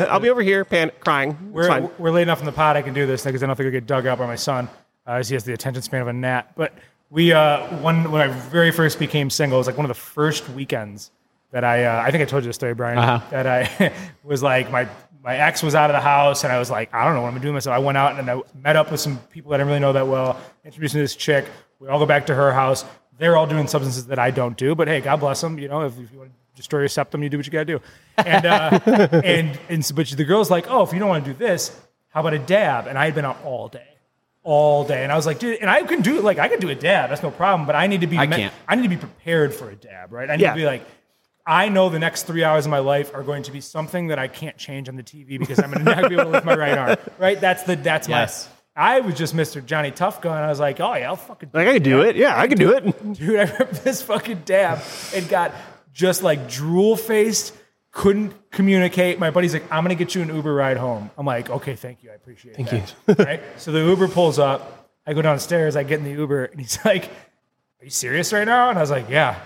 [SPEAKER 3] I'll be over here pan- crying. it's
[SPEAKER 1] We're,
[SPEAKER 3] fine.
[SPEAKER 1] we're late enough in the pod. I can do this because I don't think I'll get dug out by my son. Uh, he has the attention span of a gnat. But we, uh, when, when I very first became single, it was like one of the first weekends that I, uh, I think I told you this story, Brian,
[SPEAKER 2] Uh-huh.
[SPEAKER 1] that I was like, my, my ex was out of the house and I was like, I don't know what I'm gonna do with myself. I went out and I met up with some people that I didn't really know that well, introduced me to this chick. We all go back to her house. They're all doing substances that I don't do, but hey, God bless them. You know, if, if you want to destroy your septum, you do what you gotta do. And, uh, and, and so, but the girl's like, oh, if you don't wanna do this, how about a dab? And I had been out all day, all day. And I was like, dude, and I can do like, I can do a dab. That's no problem. But I need to be,
[SPEAKER 2] I
[SPEAKER 1] me-
[SPEAKER 2] can't.
[SPEAKER 1] I need to be prepared for a dab, right? I need
[SPEAKER 3] Yeah.
[SPEAKER 1] to be like, I know the next three hours of my life are going to be something that I can't change on the TV because I'm going to not be able to lift my right arm. Right? That's the that's
[SPEAKER 2] Yes.
[SPEAKER 1] my. I was just Mr. Johnny Tough Guy, and I was like, oh yeah, I'll fucking
[SPEAKER 3] Like I could do it. Yeah, I could do it.
[SPEAKER 1] dude. I ripped this fucking dab and got just like drool faced. Couldn't communicate. My buddy's like, I'm gonna get you an Uber ride home. I'm like, okay, thank you, I appreciate it. Thank you. right? So the Uber pulls up. I go downstairs. I get in the Uber, and he's like, are you serious right now? And I was like, yeah.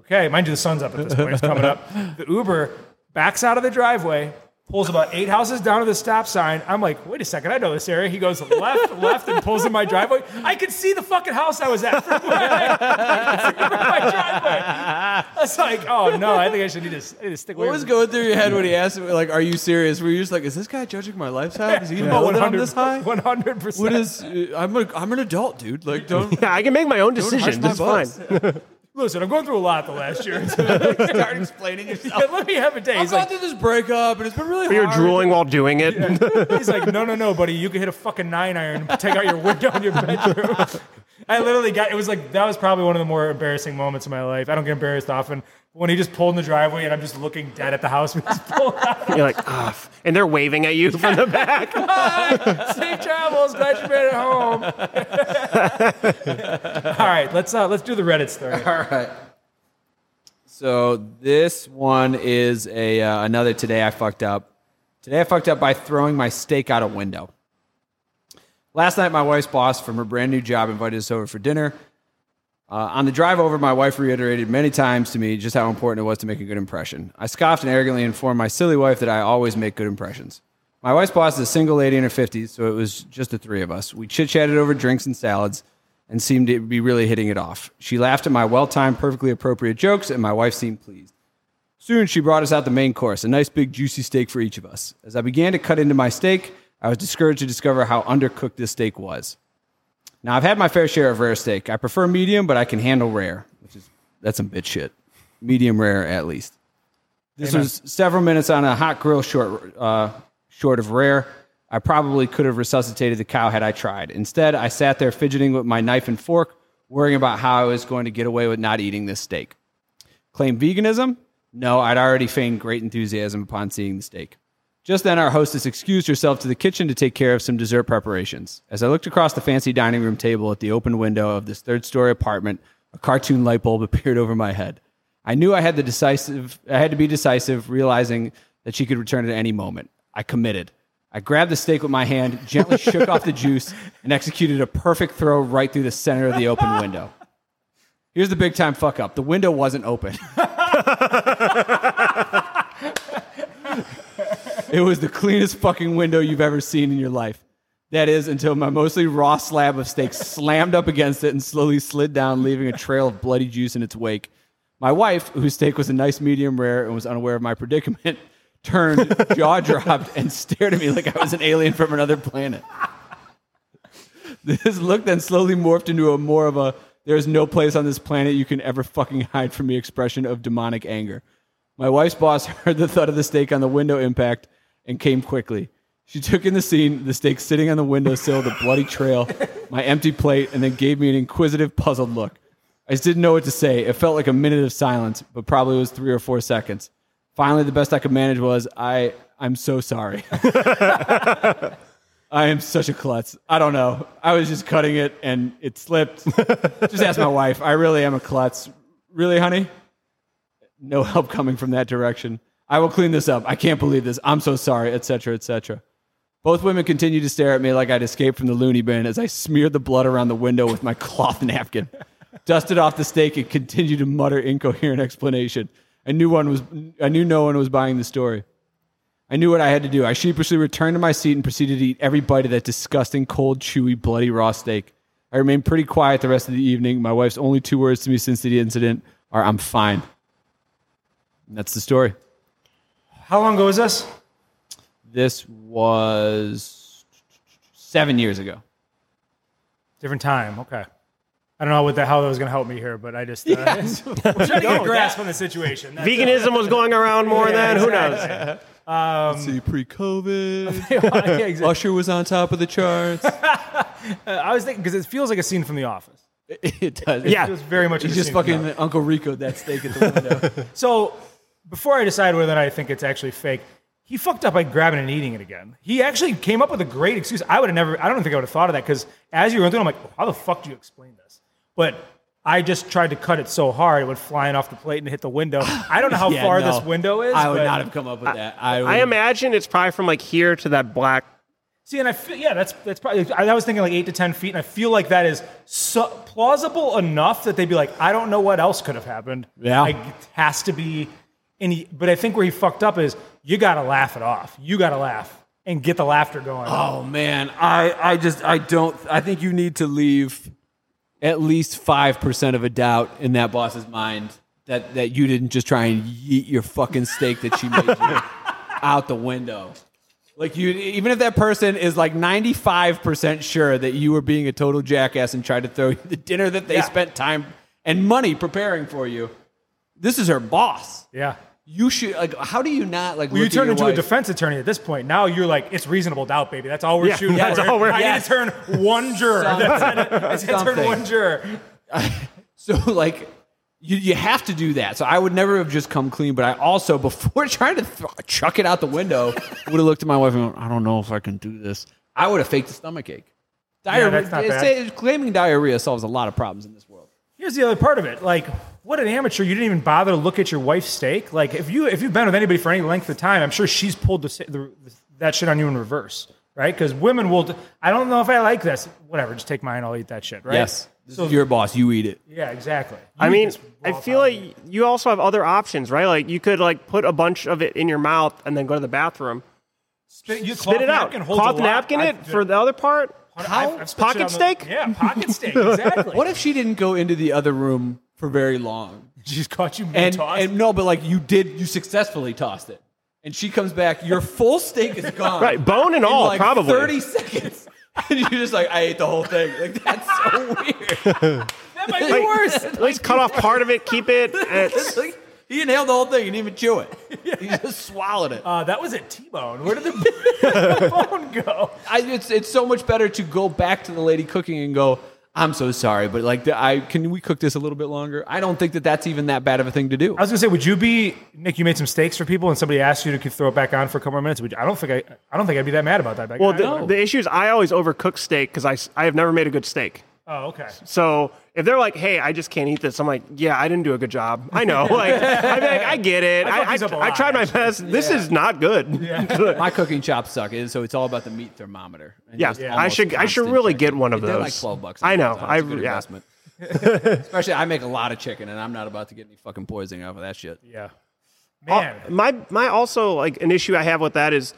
[SPEAKER 1] Okay. Mind you, the sun's up at this point. It's coming up. The Uber backs out of the driveway, pulls about eight houses down to the stop sign. I'm like, wait a second. I know this area. He goes left, left, and pulls in my driveway. I could see the fucking house I was at from where I, I could see from my driveway. I was like, oh no, I think I should need to, I need to stick away.
[SPEAKER 2] What was
[SPEAKER 1] from-
[SPEAKER 2] going through your head when he asked, me, like, "Are you serious?" Were you just like, "Is this guy judging my lifestyle? Does he know that I'm this high?
[SPEAKER 1] 100%.
[SPEAKER 2] What is? uh, I'm a, I'm an adult, dude. Like, don't
[SPEAKER 3] Yeah, I can make my own
[SPEAKER 2] don't harsh
[SPEAKER 3] decisions.
[SPEAKER 2] my
[SPEAKER 3] It's fine.
[SPEAKER 2] buds.
[SPEAKER 1] Listen, I'm going through a lot the last year.
[SPEAKER 2] Start explaining yourself.
[SPEAKER 1] Let me have a day.
[SPEAKER 2] I've
[SPEAKER 1] He's
[SPEAKER 2] gone
[SPEAKER 1] like,
[SPEAKER 2] through this breakup, and it's been really.
[SPEAKER 3] You're
[SPEAKER 2] hard.
[SPEAKER 3] drooling while doing it.
[SPEAKER 1] He's like, no, no, no, buddy. You can hit a fucking nine iron and take out your window in your bedroom. I literally got, it was like, that was probably one of the more embarrassing moments of my life. I don't get embarrassed often. When he just pulled in the driveway and I'm just looking dead at the house. when he's pulled out.
[SPEAKER 3] You're like, ah, and they're waving at you from the back.
[SPEAKER 1] Safe travels. Glad you made it home. All right, let's uh, let's do the Reddit story.
[SPEAKER 2] All right. So this one is a uh, another today I fucked up. Today I fucked up by throwing my steak out a window. Last night, my wife's boss from her brand new job invited us over for dinner. Uh, on the drive over, my wife reiterated many times to me just how important it was to make a good impression. I scoffed and arrogantly informed my silly wife that I always make good impressions. My wife's boss is a single lady in her 50s, so it was just the three of us. We chit chatted over drinks and salads and seemed to be really hitting it off. She laughed at my well timed, perfectly appropriate jokes, and my wife seemed pleased. Soon she brought us out the main course, a nice big juicy steak for each of us. As I began to cut into my steak, I was discouraged to discover how undercooked this steak was. Now I've had my fair share of rare steak. I prefer medium, but I can handle rare, which is that's some bitch shit. Medium rare at least. This was several minutes on a hot grill short uh, short of rare. I probably could have resuscitated the cow had I tried. Instead, I sat there fidgeting with my knife and fork, worrying about how I was going to get away with not eating this steak. Claim veganism? No, I'd already feigned great enthusiasm upon seeing the steak. Just then, our hostess excused herself to the kitchen to take care of some dessert preparations. As I looked across the fancy dining room table at the open window of this third story apartment, a cartoon light bulb appeared over my head. I knew I had the decisive I had to be decisive, realizing that she could return at any moment. I committed. I grabbed the steak with my hand, gently shook off the juice, and executed a perfect throw right through the center of the open window. Here's the big time fuck up. The window wasn't open. it was the cleanest fucking window you've ever seen in your life. That is until my mostly raw slab of steak slammed up against it and slowly slid down, leaving a trail of bloody juice in its wake. My wife, whose steak was a nice medium rare and was unaware of my predicament, turned, jaw dropped, and stared at me like I was an alien from another planet. This look then slowly morphed into a more of a there's no place on this planet you can ever fucking hide from me expression of demonic anger. My wife's boss heard the thud of the steak on the window impact and came quickly. She took in the scene, the steak sitting on the windowsill, the bloody trail, my empty plate, and then gave me an inquisitive, puzzled look. I just didn't know what to say. It felt like a minute of silence, but probably was three or four seconds. Finally, the best I could manage was, I, I'm so sorry. I am such a klutz. I don't know. I was just cutting it and it slipped. just ask my wife. I really am a klutz. Really, honey? No help coming from that direction. I will clean this up. I can't believe this. I'm so sorry, etc., etc. Both women continued to stare at me like I'd escaped from the loony bin as I smeared the blood around the window with my cloth napkin, dusted off the steak, and continued to mutter incoherent explanation. I knew one was I knew no one was buying the story. I knew what I had to do. I sheepishly returned to my seat and proceeded to eat every bite of that disgusting, cold, chewy, bloody raw steak. I remained pretty quiet the rest of the evening. My wife's only two words to me since the incident are "I'm fine." And that's the story.
[SPEAKER 1] How long ago was this?
[SPEAKER 2] This was seven years ago.
[SPEAKER 1] Different time. Okay. I don't know what the, how that was going to help me here, but I just uh, I'm trying to get a grasp on the situation. That's-
[SPEAKER 3] Veganism was going around more than Who knows?
[SPEAKER 2] Um, See, pre-COVID,
[SPEAKER 1] yeah, exactly.
[SPEAKER 2] Usher was on top of the charts.
[SPEAKER 1] I was thinking because it feels like a scene from The Office.
[SPEAKER 2] it does.
[SPEAKER 1] It
[SPEAKER 3] Yeah.
[SPEAKER 1] feels very much.
[SPEAKER 2] He
[SPEAKER 1] like a
[SPEAKER 2] just
[SPEAKER 1] scene from The
[SPEAKER 2] fucking Uncle Rico that steak at the window.
[SPEAKER 1] So before I decide whether or not I think it's actually fake, he fucked up by grabbing and eating it again. He actually came up with a great excuse. I would have never, I don't think I would have thought of that because as you were going through, it, I'm like, how the fuck do you explain this? But I just tried to cut it so hard it would flying off the plate and hit the window. I don't know how
[SPEAKER 2] Yeah,
[SPEAKER 1] far
[SPEAKER 2] no.
[SPEAKER 1] this window is.
[SPEAKER 2] I would
[SPEAKER 1] but-
[SPEAKER 2] not have come up with that. I, would,
[SPEAKER 3] I imagine it's probably from like here to that black.
[SPEAKER 1] See, and I feel yeah, that's that's probably. I, I was thinking like eight to ten feet, and I feel like that is so plausible enough that they'd be like, I don't know what else could have happened.
[SPEAKER 2] Yeah.
[SPEAKER 1] like, it has to be. And he, but I think where he fucked up is you got to laugh it off. You got to laugh and get the laughter going.
[SPEAKER 2] Oh man, I I just I don't. I think you need to leave at least five percent of a doubt in that boss's mind that that you didn't just try and eat your fucking steak that she made you out the window. Like you, even if that person is like ninety five percent sure that you were being a total jackass and tried to throw you the dinner that they
[SPEAKER 1] Yeah.
[SPEAKER 2] spent time and money preparing for you. This is her boss.
[SPEAKER 1] yeah.
[SPEAKER 2] You should like. How do you not like?
[SPEAKER 1] Well, you
[SPEAKER 2] look at
[SPEAKER 1] turn
[SPEAKER 2] your
[SPEAKER 1] into a
[SPEAKER 2] wife-
[SPEAKER 1] defense attorney at this point. Now you're like, it's reasonable doubt, baby. That's all we're
[SPEAKER 3] Yeah,
[SPEAKER 1] shooting
[SPEAKER 3] that's
[SPEAKER 1] for.
[SPEAKER 3] all we're-
[SPEAKER 1] I need
[SPEAKER 2] Yes.
[SPEAKER 1] to turn one juror. That's it. I need to turn
[SPEAKER 2] Something.
[SPEAKER 1] one juror.
[SPEAKER 2] So like you you have to do that. So I would never have just come clean, but I also before trying to th- chuck it out the window, would have looked at my wife and went, I don't know if I can do this. I would have faked a stomach ache. Diarrhea,
[SPEAKER 1] that's not bad.
[SPEAKER 2] say- claiming diarrhea solves a lot of problems in this world.
[SPEAKER 1] Here's the other part of it. Like, what an amateur! You didn't even bother to look at your wife's steak. Like, if you if you've been with anybody for any length of time, I'm sure she's pulled the, sa- the that shit on you in reverse, right? Because women will. d- I don't know if I like this. Whatever, just take mine. I'll eat that shit, right?
[SPEAKER 2] Yes. This
[SPEAKER 1] So
[SPEAKER 2] is your boss, you eat it.
[SPEAKER 1] yeah, exactly.
[SPEAKER 3] I
[SPEAKER 1] You
[SPEAKER 3] mean,
[SPEAKER 1] just
[SPEAKER 3] I
[SPEAKER 1] walk
[SPEAKER 3] feel
[SPEAKER 1] out.
[SPEAKER 3] like you also have other options, right? Like you could like put a bunch of it in your mouth and then go to the bathroom.
[SPEAKER 1] spit, you
[SPEAKER 3] Spit it out. Cloth napkin it for the other part.
[SPEAKER 1] how
[SPEAKER 3] Pocket steak?
[SPEAKER 1] yeah, pocket steak. Exactly.
[SPEAKER 2] What if she didn't go into the other room for very long?
[SPEAKER 1] she's caught you
[SPEAKER 2] And,
[SPEAKER 1] mid-toss?
[SPEAKER 2] and no, but like you did, you successfully tossed it. And she comes back, your full steak is gone.
[SPEAKER 3] Right, bone
[SPEAKER 2] in,
[SPEAKER 3] and all,
[SPEAKER 2] like
[SPEAKER 3] probably.
[SPEAKER 2] 30 seconds. And you're just like, I ate the whole thing. Like, that's so weird.
[SPEAKER 1] that might be
[SPEAKER 2] Like-
[SPEAKER 1] worse.
[SPEAKER 3] At least cut off part of it, keep it. It's-
[SPEAKER 2] It's like, he inhaled the whole thing. He didn't even chew it. He just swallowed it.
[SPEAKER 1] Uh, that was a T-bone. Where did the, the bone go?
[SPEAKER 2] I, it's, it's so much better to go back to the lady cooking and go, I'm so sorry, but like, the, I can we cook this a little bit longer? I don't think that that's even that bad of a thing to do.
[SPEAKER 1] I was gonna say, would you be Nick? You made some steaks for people, and somebody asked you to could throw it back on for a couple more minutes. Would you, I don't think I, I don't think I'd be that mad about that. Like,
[SPEAKER 3] well,
[SPEAKER 1] I
[SPEAKER 3] the,
[SPEAKER 1] don't-
[SPEAKER 3] the issue is I always overcook steak because I, s- I have never made a good steak.
[SPEAKER 1] oh, okay.
[SPEAKER 3] So if they're like, "Hey, I just can't eat this," I'm like, "Yeah, I didn't do a good job. I know. Like, I'm like, I get it.
[SPEAKER 1] I fuck
[SPEAKER 3] I, I,
[SPEAKER 1] these up a
[SPEAKER 3] I
[SPEAKER 1] lot,
[SPEAKER 3] tried my best. This is not good. Yeah,
[SPEAKER 2] My cooking chops suck, and so it's all about the meat thermometer. And just
[SPEAKER 3] I
[SPEAKER 2] almost
[SPEAKER 3] should I should
[SPEAKER 2] constant
[SPEAKER 3] really
[SPEAKER 2] checking.
[SPEAKER 3] get one of
[SPEAKER 2] They're
[SPEAKER 3] those.
[SPEAKER 2] like twelve bucks.
[SPEAKER 3] I know.
[SPEAKER 2] It's a
[SPEAKER 3] I
[SPEAKER 2] good
[SPEAKER 3] yeah.
[SPEAKER 2] investment. Especially, I make a lot of chicken, and I'm not about to get any fucking poisoning off of that shit.
[SPEAKER 1] Yeah, man.
[SPEAKER 3] Uh, My my also like an issue I have with that is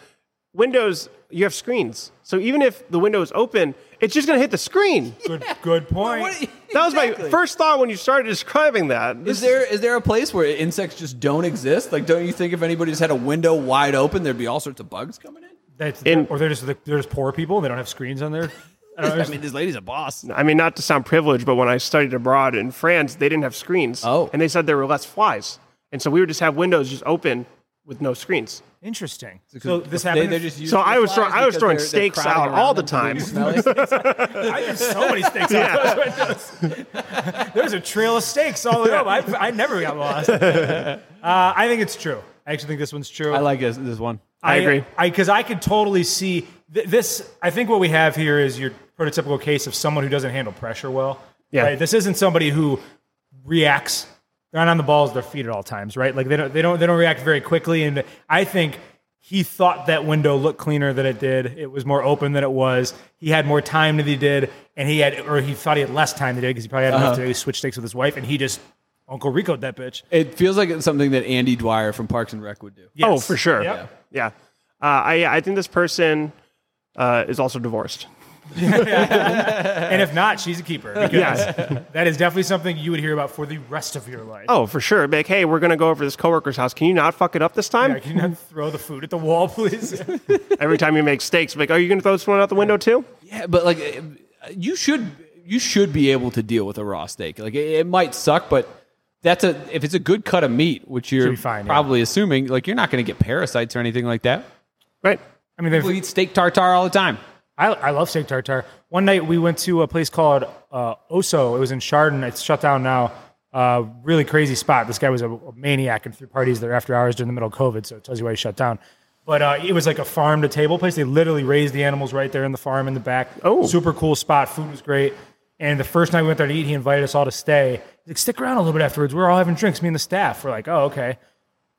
[SPEAKER 3] windows. You have screens, so even if the window is open, it's just gonna hit the screen.
[SPEAKER 1] good, good point.
[SPEAKER 2] What-
[SPEAKER 3] That was my
[SPEAKER 2] Exactly.
[SPEAKER 3] first thought when you started describing that.
[SPEAKER 2] Is there is there a place where insects just don't exist? Like, don't you think if anybody just had a window wide open, there'd be all sorts of bugs coming in?
[SPEAKER 1] That's,
[SPEAKER 3] In-
[SPEAKER 1] or they're just they're just poor people. and They don't have screens on there. I don't know,
[SPEAKER 2] I mean, this lady's a boss.
[SPEAKER 3] I mean, not to sound privileged, but when I studied abroad in France, they didn't have screens.
[SPEAKER 2] Oh.
[SPEAKER 3] And they said there were less flies. And so we would just have windows just open with no screen's.
[SPEAKER 1] interesting. So this
[SPEAKER 2] They-
[SPEAKER 1] happened.
[SPEAKER 2] they're just used
[SPEAKER 3] So
[SPEAKER 2] to
[SPEAKER 3] I
[SPEAKER 2] the
[SPEAKER 3] was throw-
[SPEAKER 2] flies
[SPEAKER 3] I was
[SPEAKER 2] because
[SPEAKER 3] throwing
[SPEAKER 2] they're- they're
[SPEAKER 3] steaks
[SPEAKER 2] crowding
[SPEAKER 3] out
[SPEAKER 2] around
[SPEAKER 3] all
[SPEAKER 2] them
[SPEAKER 3] the
[SPEAKER 2] so they
[SPEAKER 3] time.
[SPEAKER 2] can smell it.
[SPEAKER 1] I used so many steaks out those windows. There's a trail of steaks all the way up. I, I never got lost. Uh, I think it's true. I actually think this one's true.
[SPEAKER 2] I like this this one.
[SPEAKER 3] I agree.
[SPEAKER 1] I because I, could totally see th- this, I think what we have here is your prototypical case of someone who doesn't handle pressure well.
[SPEAKER 3] Yeah.
[SPEAKER 1] Right? This isn't somebody who reacts. They're not on the balls of their feet at all times, right? Like they don't, they don't, they don't react very quickly. And I think he thought that window looked cleaner than it did. It was more open than it was. He had more time than he did, and he had, or he thought he had less time than he did because he probably had enough
[SPEAKER 3] Uh-huh.
[SPEAKER 1] to switch stakes with his wife, and he just Uncle Rico'd that bitch.
[SPEAKER 2] It feels like it's something that Andy Dwyer from Parks and Rec would do.
[SPEAKER 1] Yes.
[SPEAKER 3] Oh, for sure.
[SPEAKER 1] Yep.
[SPEAKER 3] Yeah. Uh, I I think this person uh, is also divorced.
[SPEAKER 1] And if not, she's a keeper. Because that is definitely something you would hear about for the rest of your life.
[SPEAKER 3] Oh, for sure. Be Like, hey, we're gonna go over to this coworker's house. Can you not fuck it up this time?
[SPEAKER 1] Yeah, can you not throw the food at the wall, please?
[SPEAKER 3] Every time you make steaks, like, are you gonna throw this one out the window too?
[SPEAKER 2] Yeah, but like eh, you should you should be able to deal with a raw steak. Like it, it might suck, but that's a if it's a good cut of meat, which you're
[SPEAKER 1] be fine, yeah.
[SPEAKER 2] probably assuming, like you're not going to get parasites or anything like that.
[SPEAKER 3] Right.
[SPEAKER 1] I mean, they've-
[SPEAKER 2] People eat steak tartare all the time.
[SPEAKER 1] I, I love steak tartare. One night we went to a place called uh, Oso. It was in Chardon. It's shut down now. Uh, really crazy spot. This guy was a, a maniac and threw parties there after hours during the middle of COVID, so it tells you why he shut down. But uh, it was like a farm to table place. They literally raised the animals right there in the farm in the back.
[SPEAKER 3] Oh.
[SPEAKER 1] super cool spot. Food was great. And the first night we went there to eat, he invited us all to stay. He's like, stick around a little bit afterwards. We're all having drinks, me and the staff. We're like, oh, okay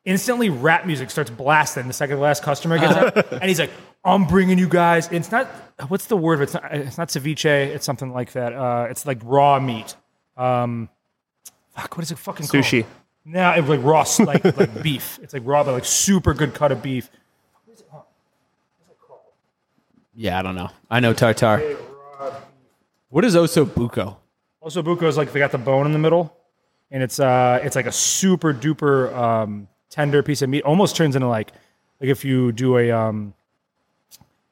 [SPEAKER 1] instantly rap music starts blasting the second the last customer gets up and he's like i'm bringing you guys it's not what's the word it's not, it's not ceviche it's something like that uh, it's like raw meat um, fuck what is it fucking called?
[SPEAKER 3] Sushi.
[SPEAKER 1] no it's like raw s- like, like beef it's like raw but like super good cut of beef
[SPEAKER 2] Yeah, I don't know. I know tartare. What is osso buco?
[SPEAKER 1] also buko is like they got the bone in the middle and it's uh it's like a super duper um, tender piece of meat almost turns into like like if you do a um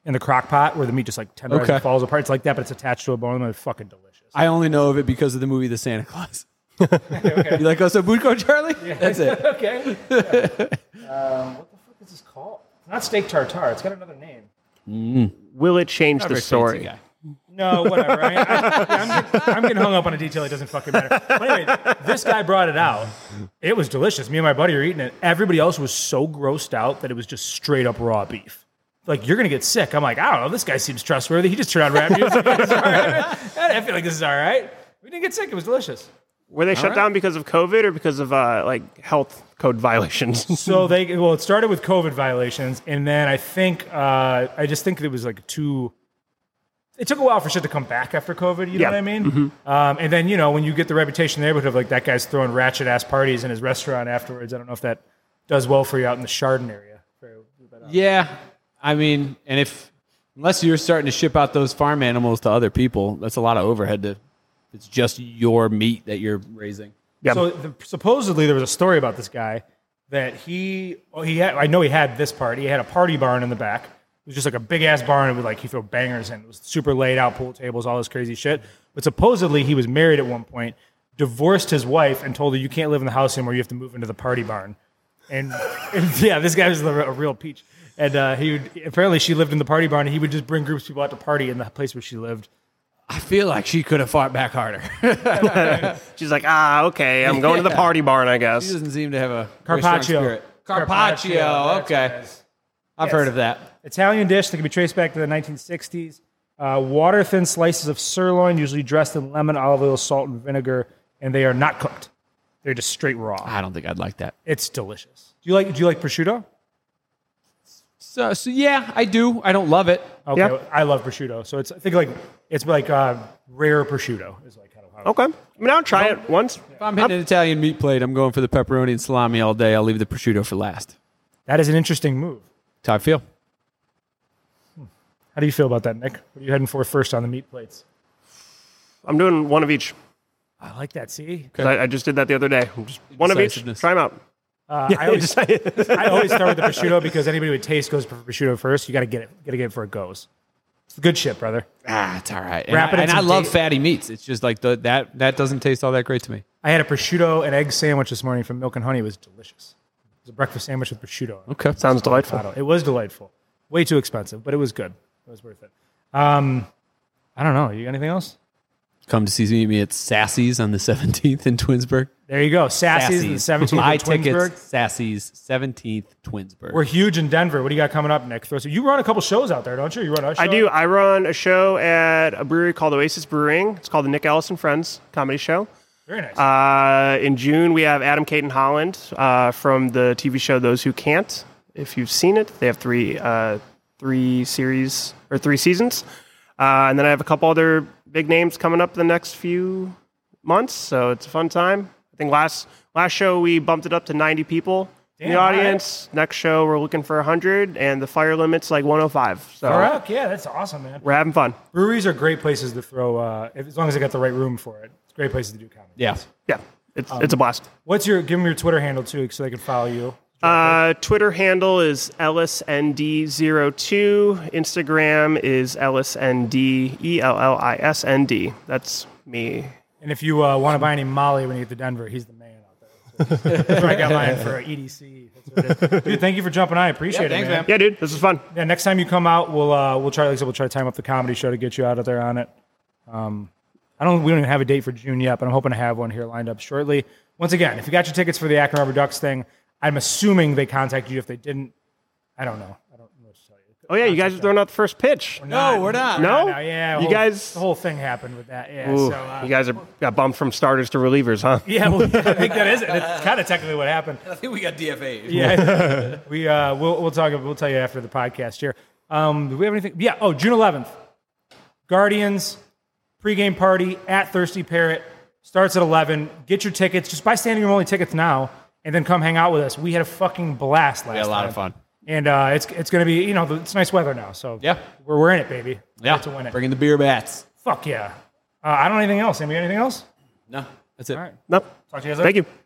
[SPEAKER 1] in the crock pot where the meat just like tenderizes
[SPEAKER 2] Okay.
[SPEAKER 1] and falls apart it's like that but it's attached to a bone and it's fucking delicious
[SPEAKER 2] I only know of it because of the movie The Santa Claus. You like osso buco, Charlie? That's it.
[SPEAKER 1] okay. um, what the fuck is this called? It's not steak tartare. It's got another name.
[SPEAKER 3] Will it change the
[SPEAKER 2] Very fancy
[SPEAKER 3] story?
[SPEAKER 2] guy.
[SPEAKER 1] No, whatever. I, am getting, I'm getting hung up on a detail. It doesn't fucking matter. But anyway, this guy brought it out. It was delicious. Me and my buddy were eating it. Everybody else was so grossed out that it was just straight up raw beef. Like you're gonna get sick. I'm like, I don't know. This guy seems trustworthy. He just turned on rap music. It's all right. I feel like this is all right. We didn't get sick. It was delicious.
[SPEAKER 3] Were they shut
[SPEAKER 2] right.
[SPEAKER 3] down because of COVID or because of uh, like health code violations?
[SPEAKER 1] So they well, it started with COVID violations, and then I think uh, I just think it was like two. It took a while for shit to come back after COVID. You know
[SPEAKER 3] Yeah.
[SPEAKER 1] what I mean? Um, and then you know when you get the reputation in the neighborhood of like that guy's throwing ratchet ass parties in his restaurant afterwards. I don't know if that does well for you out in the Chardon area.
[SPEAKER 2] Yeah, I mean, and if unless you're starting to ship out those farm animals to other people, that's a lot of overhead. To it's just your meat that you're raising.
[SPEAKER 3] yeah.
[SPEAKER 1] So the, supposedly there was a story about this guy that he oh, he had I know he had this part. He had a party barn in the back. It was just like a big ass barn with like he threw bangers in. It was super laid out, pool tables, all this crazy shit. But supposedly he was married at one point, divorced his wife, and told her you can't live in the house anymore. You have to move into the party barn. And, and yeah, this guy was the, a real peach. And uh, he would, apparently she lived in the party barn, and he would just bring groups of people out to party in the place where she lived.
[SPEAKER 2] I feel like she could have fought back harder.
[SPEAKER 3] She's like, ah, okay, I'm going to the party barn, I guess.
[SPEAKER 2] she doesn't seem to have a very strong
[SPEAKER 1] Carpaccio.
[SPEAKER 2] spirit. Carpaccio.
[SPEAKER 1] Carpaccio, that's what
[SPEAKER 2] okay,
[SPEAKER 1] it is.
[SPEAKER 2] I've heard of that.
[SPEAKER 1] Italian dish that can be traced back to the 1960s. Uh, water thin slices of sirloin, usually dressed in lemon, olive oil, salt, and vinegar, and they are not cooked. They're just straight raw.
[SPEAKER 2] I don't think I'd like that.
[SPEAKER 1] It's delicious. Do you like? Do you like prosciutto?
[SPEAKER 2] So, so yeah, I do. I don't love it.
[SPEAKER 1] Okay,
[SPEAKER 3] Yeah.
[SPEAKER 1] I love prosciutto. So it's I think like it's like uh, rare prosciutto is like kind of how.
[SPEAKER 3] Okay. I mean, I'll try it once.
[SPEAKER 2] If I'm hitting an Italian meat plate, I'm going for the pepperoni and salami all day. I'll leave the prosciutto for last.
[SPEAKER 1] That is an interesting move.
[SPEAKER 2] That's how I feel.
[SPEAKER 1] How do you feel about that, Nick? What are you heading for first on the meat plates?
[SPEAKER 3] I'm doing one of each.
[SPEAKER 1] I like that. See,
[SPEAKER 3] 'Cause I, I just did that the other day. Just one of each.
[SPEAKER 2] Decisiveness.
[SPEAKER 3] Try them out.
[SPEAKER 1] uh, I always I always start with the prosciutto because anybody with taste goes for prosciutto first. You got to get it. Got to get it before it goes. It's the good shit, brother.
[SPEAKER 2] Ah, it's all right. And,
[SPEAKER 1] Wrap it
[SPEAKER 2] I,
[SPEAKER 1] in
[SPEAKER 2] and I
[SPEAKER 1] some
[SPEAKER 2] love
[SPEAKER 1] date-
[SPEAKER 2] fatty meats. It's just like the, that. That doesn't taste all that great to me.
[SPEAKER 1] I had a prosciutto and egg sandwich this morning from Milk and Honey. It was delicious. It was a breakfast sandwich with prosciutto. on it.
[SPEAKER 2] Okay.
[SPEAKER 3] Sounds delightful.
[SPEAKER 1] Avocado. It was delightful. Way too expensive, but it was good. It was worth it. Um, I don't know. You got anything else?
[SPEAKER 2] come to see me at Sassy's on the 17th in Twinsburg.
[SPEAKER 1] There you go. Sassy's and 17th
[SPEAKER 2] I
[SPEAKER 1] in Twinsburg.
[SPEAKER 2] tickets. Sassy's 17th Twinsburg.
[SPEAKER 1] We're huge in Denver. What do you got coming up, Nick? Throw- so You run a couple shows out there, don't you? You run a show.
[SPEAKER 3] I do. I run a show at a brewery called Oasis Brewing. It's called the Nick Ellison Friends Comedy Show.
[SPEAKER 1] Very nice.
[SPEAKER 3] Uh, in June, we have Adam Caton Holland uh, from the TV show Those Who Can't. If you've seen it, they have three uh, three series or three seasons, uh, and then I have a couple other big names coming up the next few months. So it's a fun time. I think last last show we bumped it up to ninety people in
[SPEAKER 1] Damn,
[SPEAKER 3] the
[SPEAKER 1] all right.
[SPEAKER 3] audience. Next show we're looking for hundred, and the fire limit's like one hundred five. So
[SPEAKER 1] All right. Yeah, that's awesome, man.
[SPEAKER 3] we're having fun.
[SPEAKER 1] Breweries are great places to throw, uh, if, as long as they got the right room for it. It's great places to do comedy.
[SPEAKER 2] yeah.
[SPEAKER 3] Yeah, it's
[SPEAKER 1] Um,
[SPEAKER 3] it's a blast.
[SPEAKER 1] What's your? Give them your Twitter handle too, so they can follow you.
[SPEAKER 3] Uh, Twitter handle is LSND02. Instagram is LSND, E L L I S N D. That's me.
[SPEAKER 1] And if you uh, want to buy any Molly when you get to Denver, he's the man out there. So that's where I got mine for EDC. That's what it is. Dude, thank you for jumping on. I appreciate it,
[SPEAKER 2] thanks,
[SPEAKER 1] man.
[SPEAKER 2] man.
[SPEAKER 3] Yeah, dude, this is fun.
[SPEAKER 1] Yeah, next time you come out, we'll uh, we'll try. Like I said, we'll try to time up the comedy show to get you out of there on it. Um, I don't. We don't even have a date for June yet, but I'm hoping to have one here lined up shortly. Once again, if you got your tickets for the Akron Rubber Ducks thing, I'm assuming they contacted you. If they didn't, I don't know. I don't know what to tell you.
[SPEAKER 3] Oh, yeah, you guys are throwing out the first pitch.
[SPEAKER 2] No, we're not.
[SPEAKER 3] No?
[SPEAKER 1] No, yeah,
[SPEAKER 3] You
[SPEAKER 1] whole-
[SPEAKER 3] guys-
[SPEAKER 1] the whole thing happened with that. Yeah,
[SPEAKER 3] Ooh,
[SPEAKER 1] so uh,
[SPEAKER 3] you guys are, got bumped from starters to relievers, huh?
[SPEAKER 1] yeah, well, yeah, I think that is it. It's kind of technically what happened.
[SPEAKER 2] I think we got DFA.
[SPEAKER 1] Yeah, we uh, we'll we'll talk. We'll tell you after the podcast here. Um, do we have anything? Yeah. Oh, June 11th, Guardians pregame party at Thirsty Parrot starts at 11. Get your tickets. Just buy standing room only tickets now, and then come hang out with us. We had a fucking blast last.
[SPEAKER 2] a lot of
[SPEAKER 1] time.
[SPEAKER 2] fun.
[SPEAKER 1] And uh, it's it's gonna be you know the- it's nice weather now, so
[SPEAKER 2] Yeah.
[SPEAKER 1] we're we're in it, baby. We're
[SPEAKER 2] Yeah.
[SPEAKER 1] to win it.
[SPEAKER 2] Bringing the beer bats.
[SPEAKER 1] Fuck yeah. Uh, I don't have anything else. Anybody got anything else?
[SPEAKER 2] No, that's it.
[SPEAKER 1] All right.
[SPEAKER 3] No.
[SPEAKER 1] Talk to you guys later.
[SPEAKER 3] Thank you.